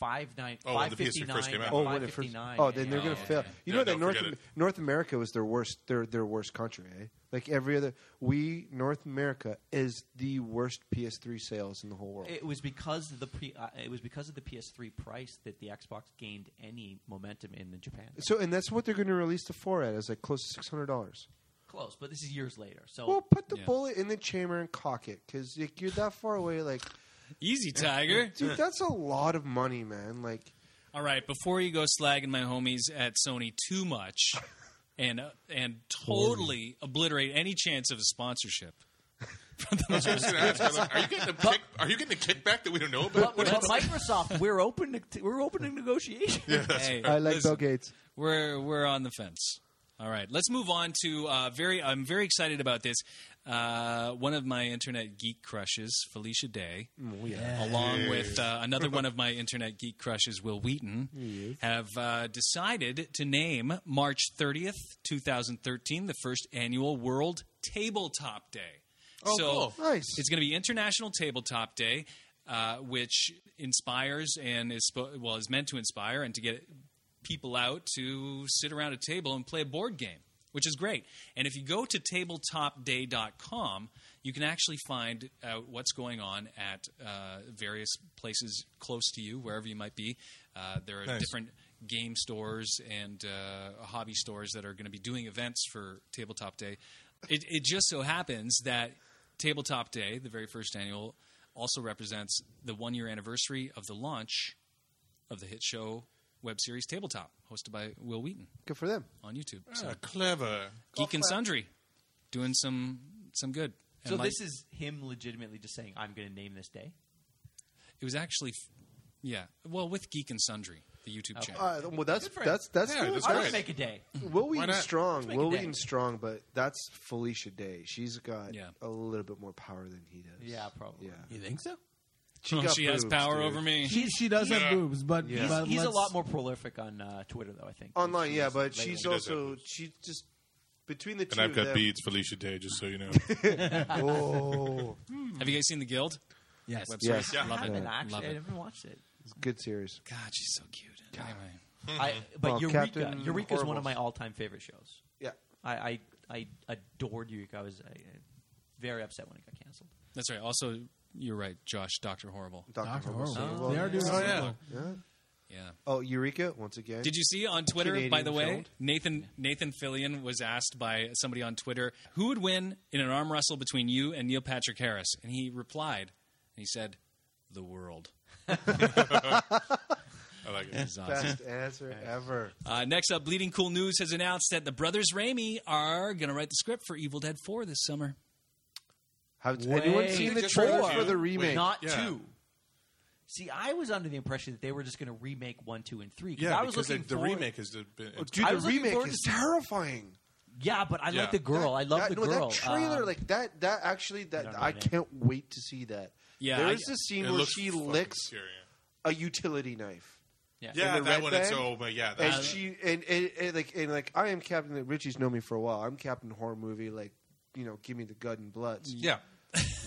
Speaker 9: five nine.
Speaker 8: Oh, when the PS3 first came out.
Speaker 9: Oh,
Speaker 8: Oh,
Speaker 9: when
Speaker 10: it first,
Speaker 9: nine.
Speaker 10: oh, then they're going to fail. You
Speaker 8: Yeah,
Speaker 10: know that
Speaker 8: no,
Speaker 10: North
Speaker 8: forget
Speaker 10: Am-
Speaker 8: it.
Speaker 10: North America was their worst their their worst country. Eh? Like every other, we North America is the worst PS3 sales in the whole world.
Speaker 9: It was because of the pre, uh, it was because of the PS3 price that the Xbox gained any momentum in the Japan.
Speaker 10: So, and that's what they're going to release the four at is like close to six hundred dollars.
Speaker 9: Close, but this is years later. So
Speaker 10: Well, put the
Speaker 7: Yeah.
Speaker 10: bullet in the chamber and cock it because like, you're that far away. Like,
Speaker 7: Easy, Tiger.
Speaker 10: dude, that's a lot of money, man. Like,
Speaker 7: All right, before you go slagging my homies at Sony too much and uh, and totally obliterate any chance of a sponsorship.
Speaker 8: I was just gonna ask, I'm like, are you getting a kick, are you getting a kickback that we don't know
Speaker 9: but,
Speaker 8: about?
Speaker 9: but Microsoft, we're open to t- we're open to negotiation.
Speaker 7: Hey,
Speaker 10: I like
Speaker 7: listen,
Speaker 10: Bill Gates.
Speaker 7: We're we're on the fence. All right, let's move on to uh, very. I'm very excited about this. Uh, one of my internet geek crushes, Felicia Day, along with uh, another one of my internet geek crushes, Will Wheaton, have uh, decided to name March 30th, 2013, the first annual World Tabletop Day. Oh, so
Speaker 8: cool.
Speaker 10: Nice.
Speaker 7: It's going to be International Tabletop Day, uh, which inspires and is spo- well is meant to inspire and to get people out to sit around a table and play a board game, which is great. And if you go to tabletopday.com, you can actually find out what's going on at uh, various places close to you, wherever you might be. Uh, there are
Speaker 8: Nice.
Speaker 7: different game stores and uh, hobby stores that are going to be doing events for Tabletop Day. It, it just so happens that Tabletop Day, the very first annual, also represents the one year anniversary of the launch of the hit show web series Tabletop, hosted by Will Wheaton
Speaker 10: Good for them.
Speaker 7: on YouTube. So,
Speaker 8: Ah, clever.
Speaker 7: Geek and Sundry doing some some good. And
Speaker 9: so
Speaker 7: like-
Speaker 9: this is him legitimately just saying, "I'm going to name this day."
Speaker 7: it was actually, f- yeah, well, with Geek and Sundry, the YouTube channel.
Speaker 10: Uh, well, that's
Speaker 9: for him.
Speaker 10: that's that's,
Speaker 8: Yeah,
Speaker 10: good.
Speaker 8: that's
Speaker 9: I
Speaker 8: Right.
Speaker 9: would make a day.
Speaker 10: Will Wheaton's
Speaker 8: not?
Speaker 10: strong.
Speaker 9: make
Speaker 10: Will
Speaker 9: a day.
Speaker 10: Wheaton's strong, but that's Felicia Day. She's got
Speaker 7: Yeah.
Speaker 10: a little bit more power than he does.
Speaker 9: Yeah, probably.
Speaker 10: Yeah.
Speaker 11: You think so?
Speaker 10: She,
Speaker 7: Oh,
Speaker 10: got
Speaker 7: she has
Speaker 10: boobs,
Speaker 7: power
Speaker 10: dude.
Speaker 7: over me.
Speaker 11: She she does have boobs, but,
Speaker 10: Yeah.
Speaker 11: but
Speaker 9: He's a
Speaker 11: let's-
Speaker 9: lot more prolific on uh, Twitter, though. I think
Speaker 10: Online,
Speaker 9: She
Speaker 10: yeah,
Speaker 9: is
Speaker 10: but
Speaker 9: lately.
Speaker 10: she's
Speaker 8: She does have
Speaker 10: also she just between the
Speaker 8: And
Speaker 10: two.
Speaker 8: I've
Speaker 10: of
Speaker 8: got
Speaker 10: them-
Speaker 8: beads, Felicia Day, just so you know.
Speaker 10: Oh,
Speaker 7: Have you guys seen The Guild?
Speaker 11: Yes.
Speaker 7: Web
Speaker 10: Yes.
Speaker 7: series?
Speaker 8: Yeah.
Speaker 9: I
Speaker 7: Love
Speaker 9: haven't
Speaker 7: it.
Speaker 9: actually.
Speaker 7: Love
Speaker 9: I
Speaker 7: it.
Speaker 9: haven't watched it.
Speaker 10: it's a good series.
Speaker 7: God, she's so cute. Anyway.
Speaker 10: Hmm.
Speaker 9: I, but
Speaker 10: Well,
Speaker 9: Eureka,
Speaker 10: Captain
Speaker 9: Eureka is one of
Speaker 10: Horribles.
Speaker 9: my all-time favorite shows.
Speaker 10: Yeah.
Speaker 9: I, I, I adored Eureka. I was I, uh, very upset when it got canceled.
Speaker 7: That's right. Also, you're right, Josh, Dr. Horrible.
Speaker 11: Doctor
Speaker 10: Dr.
Speaker 11: Horrible.
Speaker 10: Horrible.
Speaker 11: Oh, they are doing
Speaker 8: Oh, yeah.
Speaker 10: Yeah.
Speaker 7: Yeah.
Speaker 10: Oh, Eureka once again.
Speaker 7: Did you see on Twitter,
Speaker 10: Canadian
Speaker 7: by the way,
Speaker 10: filmed.
Speaker 7: Nathan Nathan Fillion was asked by somebody on Twitter who would win in an arm wrestle between you and Neil Patrick Harris, and he replied, and he said, "The world."
Speaker 8: I like it.
Speaker 7: It's awesome.
Speaker 10: Best answer ever.
Speaker 7: Uh, next up, Bleeding Cool News has announced that the brothers Raimi are going to write the script for Evil Dead Four this summer.
Speaker 10: Have
Speaker 9: Wait.
Speaker 10: anyone seen
Speaker 9: They
Speaker 10: the
Speaker 8: just
Speaker 10: trailer
Speaker 8: reviewed-
Speaker 10: for the remake?
Speaker 9: Not
Speaker 8: yeah.
Speaker 9: two. See, I was under the impression that they were just going to remake one, two, and three.
Speaker 8: Yeah,
Speaker 9: I was
Speaker 8: because
Speaker 9: looking Oh,
Speaker 8: the, the
Speaker 9: forward-
Speaker 8: remake has been. it's-
Speaker 10: Dude,
Speaker 9: I
Speaker 10: the
Speaker 9: was looking
Speaker 10: remake
Speaker 9: forward
Speaker 10: is
Speaker 9: to seeing-
Speaker 10: terrifying.
Speaker 9: Yeah, but I
Speaker 8: Yeah.
Speaker 9: like the girl. I love
Speaker 10: that,
Speaker 9: the
Speaker 10: no,
Speaker 9: girl.
Speaker 10: That trailer,
Speaker 9: Um,
Speaker 10: like that, that actually,
Speaker 9: I don't
Speaker 10: that
Speaker 9: know
Speaker 10: I,
Speaker 9: her name.
Speaker 10: can't wait to see that.
Speaker 7: Yeah,
Speaker 10: there
Speaker 7: I-
Speaker 10: is this scene
Speaker 8: it
Speaker 10: where
Speaker 8: looks
Speaker 10: she
Speaker 8: fucking
Speaker 10: licks
Speaker 8: scary.
Speaker 10: a utility knife,
Speaker 9: yeah.
Speaker 8: Yeah,
Speaker 10: the
Speaker 8: that
Speaker 10: red
Speaker 8: one. It's
Speaker 10: band?
Speaker 8: oh, but yeah,
Speaker 10: and
Speaker 8: that,
Speaker 10: she and, and, and like and like I am Captain. Richie's known me for a while. I'm Captain Horror Movie. Like you know, give me the gut and bloods.
Speaker 8: yeah.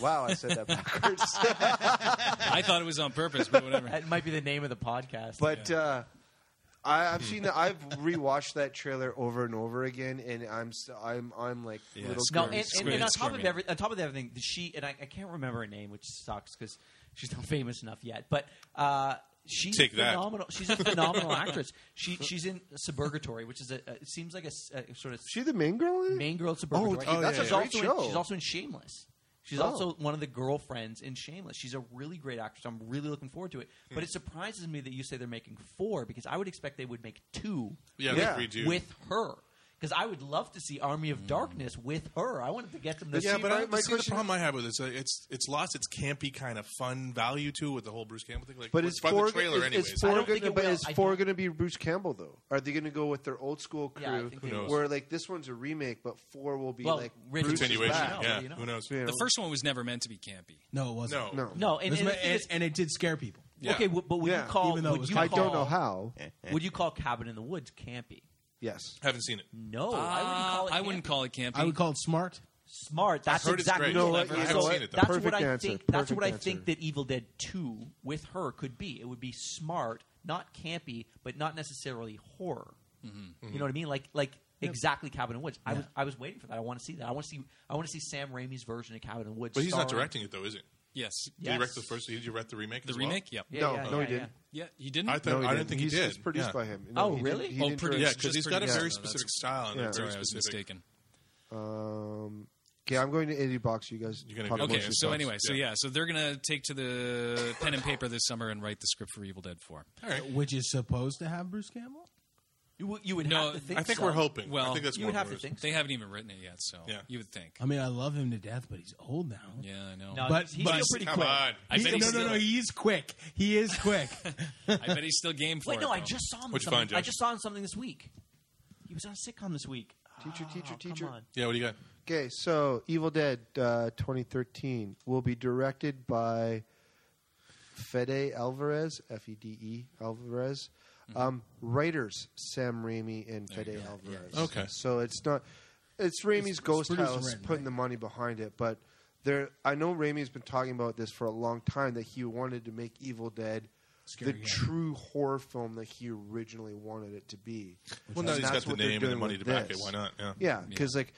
Speaker 10: Wow, I said that backwards.
Speaker 7: I thought it was on purpose, but whatever.
Speaker 9: That might be the name of the podcast.
Speaker 10: but uh, I, I've seen that. I've rewatched that trailer over and over again, and I'm s I'm I'm like
Speaker 7: Yeah,
Speaker 10: little
Speaker 7: Square
Speaker 9: No,
Speaker 10: girl.
Speaker 9: and, and-
Speaker 7: Square-
Speaker 9: and on
Speaker 7: Square
Speaker 9: top of
Speaker 7: Enix.
Speaker 9: every, on top of everything, she and I, I can't remember her name, which sucks because she's not famous enough yet. But uh, she's
Speaker 8: Take that.
Speaker 9: phenomenal. She's a phenomenal actress. She she's in Suburgatory, which is a, a it seems like a, s- a sort of
Speaker 10: She the main girl in it?
Speaker 9: main girl at Suburgatory.
Speaker 10: oh,
Speaker 8: that's a
Speaker 9: she's
Speaker 10: great
Speaker 9: also
Speaker 10: show.
Speaker 9: In, she's also in Shameless. She's
Speaker 10: Oh.
Speaker 9: also one of the girlfriends in Shameless. She's a really great actress. I'm really looking forward to it. But it surprises me that you say they're making four because I would expect they would make two
Speaker 8: Yeah,
Speaker 10: Yeah.
Speaker 8: like redo.
Speaker 9: with her. Because I would love to see Army of Darkness with her. I wanted to get them to
Speaker 10: Yeah,
Speaker 9: see
Speaker 8: but
Speaker 10: my-
Speaker 8: I,
Speaker 10: my
Speaker 8: see, the
Speaker 10: question-
Speaker 8: problem I have with it is uh, it's it's lost its campy kind of fun value to it with the whole Bruce Campbell thing. Like,
Speaker 10: But
Speaker 8: it's
Speaker 10: is
Speaker 8: by
Speaker 10: four,
Speaker 8: the trailer
Speaker 10: is,
Speaker 8: anyways.
Speaker 10: is
Speaker 9: I
Speaker 10: four
Speaker 9: don't think
Speaker 10: gonna,
Speaker 9: it
Speaker 10: but
Speaker 9: will.
Speaker 10: is
Speaker 9: I
Speaker 10: four
Speaker 9: don't-
Speaker 10: gonna be Bruce Campbell though? Are they gonna go with their old school crew?
Speaker 9: Yeah, I think Who they
Speaker 8: knows? will.
Speaker 10: Where like this one's a remake, but four will be
Speaker 9: Well,
Speaker 10: like
Speaker 9: Richard-
Speaker 10: Bruce is
Speaker 8: continuation.
Speaker 10: back.
Speaker 8: Yeah,
Speaker 9: You know.
Speaker 8: who knows?
Speaker 10: You know?
Speaker 7: The first one was never meant to be campy.
Speaker 11: No, it wasn't.
Speaker 8: No,
Speaker 10: no,
Speaker 9: No, Oh, and,
Speaker 11: This
Speaker 9: and
Speaker 11: ma-
Speaker 9: the thing
Speaker 11: and,
Speaker 9: is-
Speaker 11: and it did scare people.
Speaker 8: Yeah.
Speaker 9: okay, w- but would
Speaker 10: Yeah.
Speaker 9: you call?
Speaker 11: Even though it
Speaker 9: would
Speaker 11: was
Speaker 9: you
Speaker 10: I don't
Speaker 9: call-
Speaker 10: know how.
Speaker 9: Would you call Cabin in the Woods campy?
Speaker 10: Yes,
Speaker 8: haven't seen it.
Speaker 9: No, Oh, I wouldn't call it.
Speaker 7: Uh, I wouldn't
Speaker 9: campy.
Speaker 7: call it campy.
Speaker 11: I would call it smart.
Speaker 9: smart. That's
Speaker 8: heard it's
Speaker 9: exactly
Speaker 8: great. No,
Speaker 9: what
Speaker 8: I- I haven't
Speaker 9: so
Speaker 8: seen it, though.
Speaker 9: That's
Speaker 10: Perfect
Speaker 9: what I
Speaker 10: answer.
Speaker 9: think. That's
Speaker 10: Perfect
Speaker 9: what I
Speaker 10: answer.
Speaker 9: think that Evil Dead Two with her could be. It would be smart, not campy, but not necessarily horror.
Speaker 8: Mm-hmm.
Speaker 9: You know what I mean? Like like exactly Cabin in the Woods. I was I was waiting for that. I want to see that. I want to see I want to see Sam Raimi's version of Cabin in the Woods.
Speaker 8: But he's not
Speaker 9: starring-
Speaker 8: directing it though, is he?
Speaker 7: yes.
Speaker 8: Did he direct
Speaker 9: Yes.
Speaker 8: the first? Did you direct the remake?
Speaker 7: The
Speaker 8: as well?
Speaker 7: remake? Yep. Yeah.
Speaker 9: Yeah,
Speaker 10: No,
Speaker 9: yeah,
Speaker 10: no, he
Speaker 9: yeah,
Speaker 10: didn't.
Speaker 7: you didn't?
Speaker 8: I thought
Speaker 10: no, he
Speaker 8: I didn't think he
Speaker 10: He's-
Speaker 8: did.
Speaker 10: It's produced
Speaker 8: yeah.
Speaker 10: by him.
Speaker 9: Oh,
Speaker 10: he didn't-
Speaker 9: really?
Speaker 10: he
Speaker 7: Oh,
Speaker 10: didn't
Speaker 7: produced.
Speaker 8: Yeah,
Speaker 10: direct-
Speaker 8: because he's
Speaker 7: Just
Speaker 8: got a
Speaker 7: produced.
Speaker 8: very
Speaker 7: Yeah. That's
Speaker 8: specific
Speaker 7: cool.
Speaker 8: style. And
Speaker 10: Yeah.
Speaker 8: a very
Speaker 7: Sorry, I was
Speaker 8: specific.
Speaker 7: mistaken.
Speaker 10: Um, okay, I'm going to indie box. You guys,
Speaker 8: You're gonna
Speaker 10: talk
Speaker 8: go-
Speaker 7: Okay,
Speaker 10: amongst
Speaker 7: so
Speaker 10: yourselves.
Speaker 7: anyway, so
Speaker 8: Yeah.
Speaker 7: yeah, so they're gonna take to the pen and paper this summer and write the script for Evil Dead Four.
Speaker 8: All right.
Speaker 11: Which is supposed to have Bruce Campbell?
Speaker 9: You, would- you would
Speaker 7: No,
Speaker 9: have to think.
Speaker 8: I think
Speaker 9: so.
Speaker 8: we're hoping.
Speaker 7: Well,
Speaker 8: I think that's
Speaker 9: You
Speaker 8: more
Speaker 9: would have to
Speaker 8: what it is.
Speaker 9: think. So.
Speaker 7: They haven't even written it yet, so
Speaker 8: Yeah.
Speaker 7: you would think.
Speaker 11: I mean, I love him to death, but he's old now.
Speaker 7: Yeah, I know.
Speaker 9: No,
Speaker 11: But-
Speaker 9: he's
Speaker 11: but-
Speaker 9: still pretty
Speaker 8: Come
Speaker 9: quick.
Speaker 8: on.
Speaker 7: I
Speaker 11: He-
Speaker 7: bet he's
Speaker 11: no, no,
Speaker 7: still-
Speaker 11: no. He is quick. He is quick.
Speaker 7: I bet he's still game for
Speaker 9: Wait,
Speaker 7: it.
Speaker 9: no, I
Speaker 7: though.
Speaker 9: just saw him. in
Speaker 8: What'd you
Speaker 9: something-
Speaker 8: find,
Speaker 9: I
Speaker 8: Josh?
Speaker 9: just saw him in something this week. He was on a sitcom this week.
Speaker 10: Teacher,
Speaker 9: Oh,
Speaker 10: teacher,
Speaker 9: come
Speaker 10: teacher.
Speaker 9: on.
Speaker 8: Yeah, what do you got?
Speaker 10: Okay, so Evil Dead uh, 2013 will be directed by Fede Alvarez, F E D E Alvarez.
Speaker 11: Mm-hmm.
Speaker 10: Um, writers Sam Raimi and Fede Alvarez.
Speaker 8: Yeah. Okay.
Speaker 10: so it's not it's Raimi's
Speaker 11: it's
Speaker 10: Ghost
Speaker 11: produced and
Speaker 10: House
Speaker 11: written,
Speaker 10: putting
Speaker 11: right?
Speaker 10: the money behind it, but there I know Raimi's been talking about this for a long time that he wanted to make Evil Dead.
Speaker 11: Scary,
Speaker 10: the
Speaker 11: yeah.
Speaker 10: true horror film that he originally wanted it to be.
Speaker 8: Well, now
Speaker 10: And
Speaker 8: he's got
Speaker 10: that's
Speaker 8: the
Speaker 10: what they're
Speaker 8: name and the
Speaker 10: doing
Speaker 8: money to
Speaker 10: with
Speaker 8: back it.
Speaker 10: this.
Speaker 8: Why not? Yeah.
Speaker 10: Yeah, because like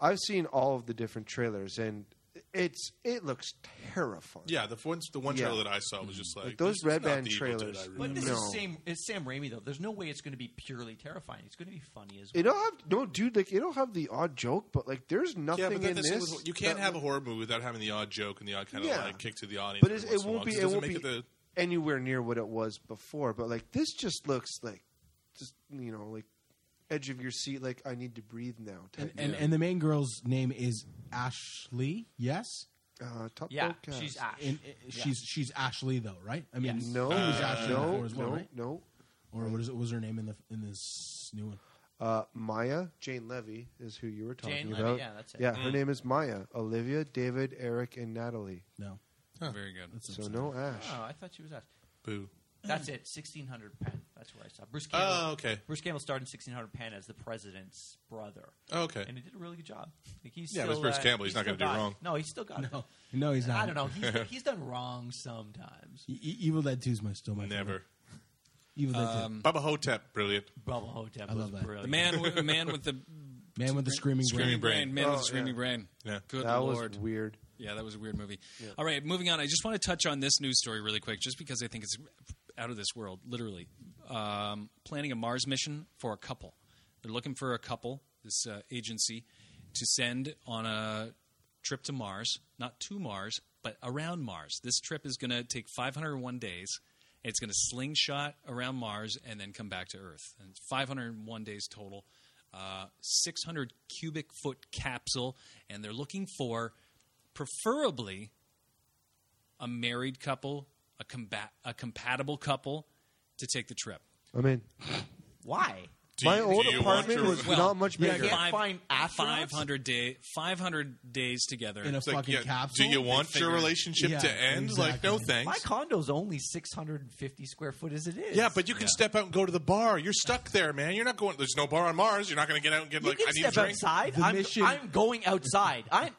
Speaker 10: I've seen all of the different trailers, and it's it looks terrifying.
Speaker 8: Yeah, the one the one
Speaker 10: Yeah.
Speaker 8: trailer that I saw was just like,
Speaker 10: Like those
Speaker 8: this is
Speaker 10: Red
Speaker 8: not
Speaker 10: Band
Speaker 8: the Evil Dead
Speaker 10: trailers.
Speaker 8: I remember.
Speaker 9: But this
Speaker 10: No.
Speaker 9: is Sam. It's Sam Raimi though. There's no way it's going to be purely terrifying. It's going to be funny as well.
Speaker 10: it'll have no dude. Like it'll have the odd joke, but like there's nothing
Speaker 8: Yeah, but that,
Speaker 10: in
Speaker 8: this
Speaker 10: this.
Speaker 8: is, you can't
Speaker 10: that
Speaker 8: have a
Speaker 10: would-
Speaker 8: horror movie without having the odd joke and the odd kind
Speaker 10: Yeah.
Speaker 8: of like kick to the audience.
Speaker 10: But it's,
Speaker 8: every once
Speaker 10: it
Speaker 8: in a
Speaker 10: won't
Speaker 8: while,
Speaker 10: be.
Speaker 8: 'cause
Speaker 10: It
Speaker 8: doesn't
Speaker 10: won't
Speaker 8: make
Speaker 10: be
Speaker 8: it
Speaker 10: anywhere near what it was before. But like this just looks like just you know like edge of your seat. Like I need to breathe now.
Speaker 11: and,
Speaker 10: Type
Speaker 11: and, and the main girl's name is Ashley. Yes,
Speaker 10: uh, top
Speaker 9: yeah,
Speaker 10: Dog
Speaker 9: she's
Speaker 10: cast.
Speaker 9: Ash.
Speaker 11: and uh, she's she's Ashley though, right? I mean,
Speaker 9: Yes.
Speaker 10: no,
Speaker 8: Uh,
Speaker 11: she was Ashley
Speaker 10: no,
Speaker 11: before as well,
Speaker 10: no,
Speaker 11: right?
Speaker 10: no.
Speaker 11: Or what, is, what was her name in the in this new one?
Speaker 10: Uh, Maya Jane Levy is who you were talking
Speaker 9: Jane Levy,
Speaker 10: about.
Speaker 9: yeah, that's it. Mm-hmm.
Speaker 10: Yeah, her name is Maya. Olivia, David, Eric, and Natalie.
Speaker 11: No,
Speaker 7: Very good.
Speaker 11: That's
Speaker 10: So
Speaker 11: upsetting.
Speaker 10: no Ash.
Speaker 9: Oh, I thought she was Ash.
Speaker 8: Boo.
Speaker 9: That's it. 1600 Penn. That's where I saw Bruce Campbell.
Speaker 8: Oh, okay.
Speaker 9: Bruce Campbell starred in 1600 Penn as the president's brother.
Speaker 8: Oh, okay.
Speaker 9: And he did a really good job. Like he's
Speaker 8: Yeah, but
Speaker 9: still,
Speaker 8: it's Bruce
Speaker 9: uh,
Speaker 8: Campbell. He's not
Speaker 9: still
Speaker 8: gonna do
Speaker 9: got it.
Speaker 8: wrong.
Speaker 9: No, he's still got
Speaker 11: no,
Speaker 9: no.
Speaker 11: Oh, no, he's not.
Speaker 9: I don't know. He's, he's done wrong sometimes.
Speaker 11: E- E- Evil Dead Two is my still my favorite.
Speaker 8: Never.
Speaker 11: Evil Dead
Speaker 8: Baba Hotep, brilliant.
Speaker 9: Bubble Hotep
Speaker 11: I
Speaker 9: was
Speaker 11: love that.
Speaker 7: The
Speaker 9: brilliant.
Speaker 7: man, with, the man with the
Speaker 11: Two, Man with the Screaming,
Speaker 8: Screaming
Speaker 11: Brain.
Speaker 8: Brain.
Speaker 7: man with
Speaker 10: Oh,
Speaker 7: the screaming
Speaker 10: yeah.
Speaker 7: brain.
Speaker 8: Yeah.
Speaker 7: Good
Speaker 10: that
Speaker 7: lord.
Speaker 10: was weird.
Speaker 7: Yeah, that was a weird movie. All right, moving on. I just want to touch on this news story really quick, just because I think it's out of this world, literally. Um, planning a Mars mission for a couple. They're looking for a couple, this uh, agency, to send on a trip to Mars, not to Mars, but around Mars. This trip is going to take 501 days. and It's going to slingshot around Mars and then come back to Earth. And it's 501 days total. Uh, 600 cubic foot capsule, and they're looking for preferably a married couple, a combat, a compatible couple to take the trip.
Speaker 10: I mean,
Speaker 9: Why?
Speaker 8: Do
Speaker 10: my
Speaker 8: you-
Speaker 10: old
Speaker 8: do you want
Speaker 10: apartment
Speaker 8: your-
Speaker 10: was
Speaker 7: Well,
Speaker 10: not much
Speaker 11: yeah,
Speaker 10: bigger.
Speaker 9: yeah. find astronauts?
Speaker 7: five hundred day, five hundred days together.
Speaker 11: in a
Speaker 8: It's like,
Speaker 11: fucking
Speaker 8: yeah,
Speaker 11: capsule.
Speaker 8: do you want your
Speaker 7: figure-
Speaker 8: relationship
Speaker 11: Yeah,
Speaker 8: to end? Like, no
Speaker 11: exactly.
Speaker 9: My
Speaker 8: thanks.
Speaker 9: condo's only 650 square foot as it is.
Speaker 8: Yeah, but you can
Speaker 7: Yeah.
Speaker 8: step out and go to the bar. You're stuck there, man. You're not going. There's no bar on Mars. You're not going to get out and get
Speaker 9: You
Speaker 8: like.
Speaker 9: can
Speaker 8: I need
Speaker 9: step
Speaker 8: a drink.
Speaker 9: outside.
Speaker 11: The
Speaker 9: I'm,
Speaker 11: mission-
Speaker 9: I'm going outside. I'm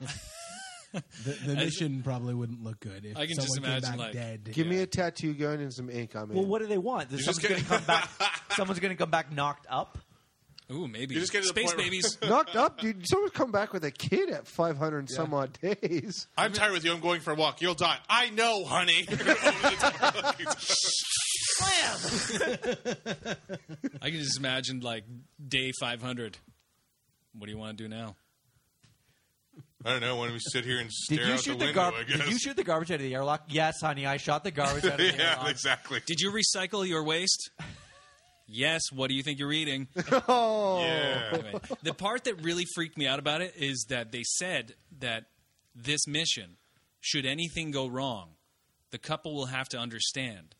Speaker 11: The, the mission probably wouldn't look good if
Speaker 7: I can just
Speaker 11: someone
Speaker 7: imagine,
Speaker 11: came back
Speaker 7: like-
Speaker 11: dead.
Speaker 10: Give me a tattoo gun and some ink. I'm in.
Speaker 9: Well, what do they want? That
Speaker 8: just
Speaker 9: someone's going to come back. someone's going to come back knocked up.
Speaker 7: Ooh, maybe
Speaker 8: You just get to the
Speaker 7: space
Speaker 8: point where-
Speaker 7: babies.
Speaker 10: Knocked up, dude. Someone come back with a kid at 500 and some odd days.
Speaker 8: I'm tired with you. I'm going for a walk. You'll die. I know, honey. Over the top.
Speaker 7: I can just imagine like day 500. What do you want to do now?
Speaker 8: I don't know. Why don't we sit here and
Speaker 9: Did
Speaker 8: stare
Speaker 9: you
Speaker 8: out
Speaker 9: shoot
Speaker 8: the
Speaker 9: the,
Speaker 8: window? I
Speaker 9: garbage?
Speaker 8: guess.
Speaker 9: Did you shoot the garbage out of the airlock? Yes, honey, I shot the garbage out of the
Speaker 8: yeah,
Speaker 9: airlock.
Speaker 8: exactly.
Speaker 7: Did you recycle your waste? yes. What do you think you're eating?
Speaker 9: Oh.
Speaker 8: yeah.
Speaker 7: Anyway, the part that really freaked me out about it is that they said that this mission, should anything go wrong, the couple will have to understand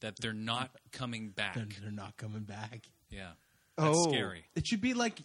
Speaker 7: that they're not coming back.
Speaker 11: They're, they're not coming back.
Speaker 7: Yeah. That's scary.
Speaker 11: It should be like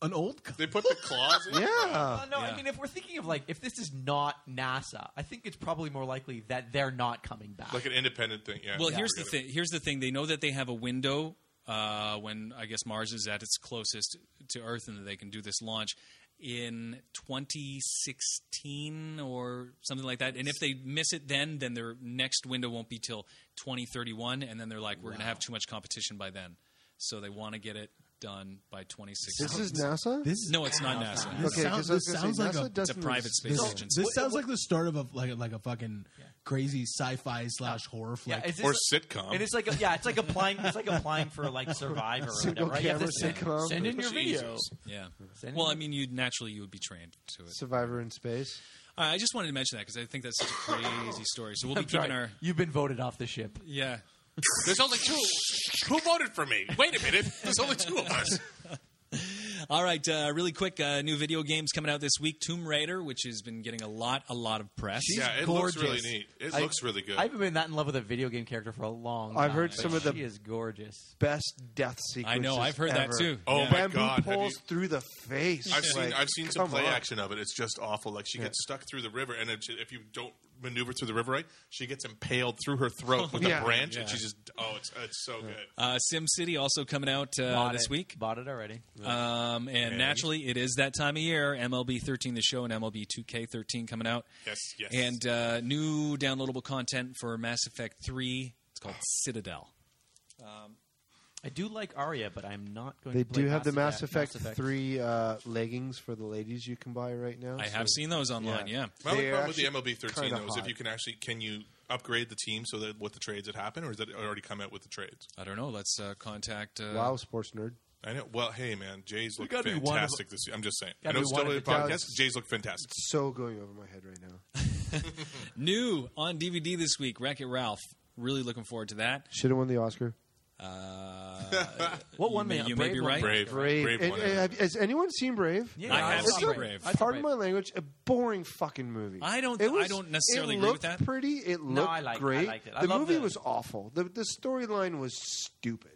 Speaker 11: an old couple.
Speaker 8: They put the claws in?
Speaker 10: Yeah.
Speaker 9: Uh, no,
Speaker 7: Yeah.
Speaker 9: I mean, if we're thinking of like, if this is not NASA, I think it's probably more likely that they're not coming back.
Speaker 8: Like an independent thing. Yeah.
Speaker 7: Well,
Speaker 8: Yeah,
Speaker 7: here's the
Speaker 8: forget it.
Speaker 7: thing. Here's the thing. They know that they have a window uh, when I guess Mars is at its closest to Earth, and that they can do this launch in 2016 or something like that. And if they miss it, then then their next window won't be till 2031, and then they're like, we're going to have too much competition by then, so they want to get it done by 2016.
Speaker 10: This is NASA?
Speaker 11: This is
Speaker 7: no, it's not NASA.
Speaker 11: This
Speaker 10: okay, 'cause
Speaker 11: sounds,
Speaker 10: I was
Speaker 11: this
Speaker 10: gonna
Speaker 11: sounds
Speaker 10: say,
Speaker 11: like
Speaker 10: NASA
Speaker 11: a
Speaker 7: It's a
Speaker 10: doesn't
Speaker 7: private
Speaker 10: exist.
Speaker 7: space
Speaker 11: this,
Speaker 7: agency.
Speaker 11: this sounds like the start of a like like a fucking crazy sci-fi slash horror
Speaker 9: yeah,
Speaker 11: flick.
Speaker 9: is this
Speaker 8: Or
Speaker 9: like-
Speaker 8: sitcom.
Speaker 9: It is like a, yeah, it's like applying. It's like applying for like Survivor or
Speaker 10: Single
Speaker 9: whatever. Right? You have to
Speaker 10: camera
Speaker 9: send, send
Speaker 10: sitcom.
Speaker 9: in your video.
Speaker 8: Jesus.
Speaker 7: Yeah.
Speaker 9: Send
Speaker 7: Well,
Speaker 9: it-
Speaker 7: I mean, you naturally you would be trained to it.
Speaker 10: Survivor in space.
Speaker 7: I I just wanted to mention that because I think that's such a crazy story. So we'll be
Speaker 9: I'm sorry,
Speaker 7: keeping our
Speaker 9: You've been voted off the ship.
Speaker 7: yeah.
Speaker 8: There's only two. Who voted for me? Wait a minute. There's only two of us.
Speaker 7: All right, uh, really quick, uh, new video games coming out this week. Tomb Raider, which has been getting a lot, a lot of press.
Speaker 8: Yeah, it looks
Speaker 9: gorgeous.
Speaker 8: really neat. It
Speaker 9: I-
Speaker 8: looks really good.
Speaker 9: I haven't been that in love with a video game character for a long.
Speaker 10: I've
Speaker 9: time,
Speaker 10: heard
Speaker 9: but
Speaker 10: some of the-
Speaker 9: She is gorgeous.
Speaker 10: Best death sequence.
Speaker 7: I know, I've heard that too.
Speaker 8: Oh
Speaker 7: Yeah.
Speaker 8: my
Speaker 10: Bamboo
Speaker 8: god! have
Speaker 10: poles
Speaker 8: you-
Speaker 10: through the face.
Speaker 8: I've seen
Speaker 10: Like,
Speaker 8: I've seen some
Speaker 10: come
Speaker 8: play
Speaker 10: on.
Speaker 8: action of it. It's just awful. Like she gets stuck through the river, and if, she, if you don't maneuver through the river right, she gets impaled through her throat with
Speaker 10: Yeah.
Speaker 8: a branch, and
Speaker 7: Yeah.
Speaker 8: she just oh, it's it's so good.
Speaker 7: Uh, SimCity also coming out uh,
Speaker 9: Bought
Speaker 7: this
Speaker 9: it.
Speaker 7: week.
Speaker 9: Bought it already.
Speaker 7: Um, and naturally, it is that time of year. MLB 13, the show, and MLB 2K13 coming out.
Speaker 8: Yes, yes.
Speaker 7: And uh, new downloadable content for Mass Effect 3. It's called Citadel.
Speaker 9: I do like Arya, but I'm not going.
Speaker 10: They
Speaker 9: to play
Speaker 10: do have the Mass
Speaker 9: Effect-
Speaker 10: Effect, three uh, leggings for the ladies you can buy right now.
Speaker 7: I have
Speaker 10: so-
Speaker 7: seen those online. Yeah.
Speaker 8: My only
Speaker 10: They're
Speaker 8: problem with the
Speaker 10: actually
Speaker 8: MLB 13
Speaker 10: kinda
Speaker 8: though is if
Speaker 10: hot.
Speaker 8: you can actually can you upgrade the team so that with the trades it happen, or is that already come out with the trades?
Speaker 7: I don't know. Let's uh, contact. Uh,
Speaker 10: Wow, sports nerd.
Speaker 8: I know. Well, hey man, Jays look
Speaker 9: gotta be one of-
Speaker 8: fantastic this year. I'm just saying. I
Speaker 9: Gotta
Speaker 8: know
Speaker 9: be
Speaker 8: it's
Speaker 9: one
Speaker 8: still a
Speaker 9: of the
Speaker 8: podcast.
Speaker 10: dogs.
Speaker 8: Jays look fantastic.
Speaker 10: So going over my head right now.
Speaker 7: New on DVD this week, Wreck It Ralph. Really looking forward to that.
Speaker 10: Should have won the Oscar.
Speaker 9: What one
Speaker 7: may-
Speaker 9: man?
Speaker 7: you may be right.
Speaker 8: Brave,
Speaker 10: Brave. And-
Speaker 8: one.
Speaker 10: and have- has anyone seen Brave?
Speaker 9: Yeah,
Speaker 7: I have
Speaker 9: it's
Speaker 7: seen
Speaker 9: not
Speaker 7: Brave.
Speaker 9: I saw
Speaker 10: Pardon my language. A boring fucking movie.
Speaker 7: I don't-
Speaker 10: It was-
Speaker 7: I don't necessarily
Speaker 10: it
Speaker 7: agree with
Speaker 10: looked
Speaker 7: that.
Speaker 10: Pretty. It looked
Speaker 9: I like- I
Speaker 10: great.
Speaker 9: liked it. I
Speaker 10: the
Speaker 9: love
Speaker 10: movie
Speaker 9: the-
Speaker 10: was awful. The the storyline was stupid.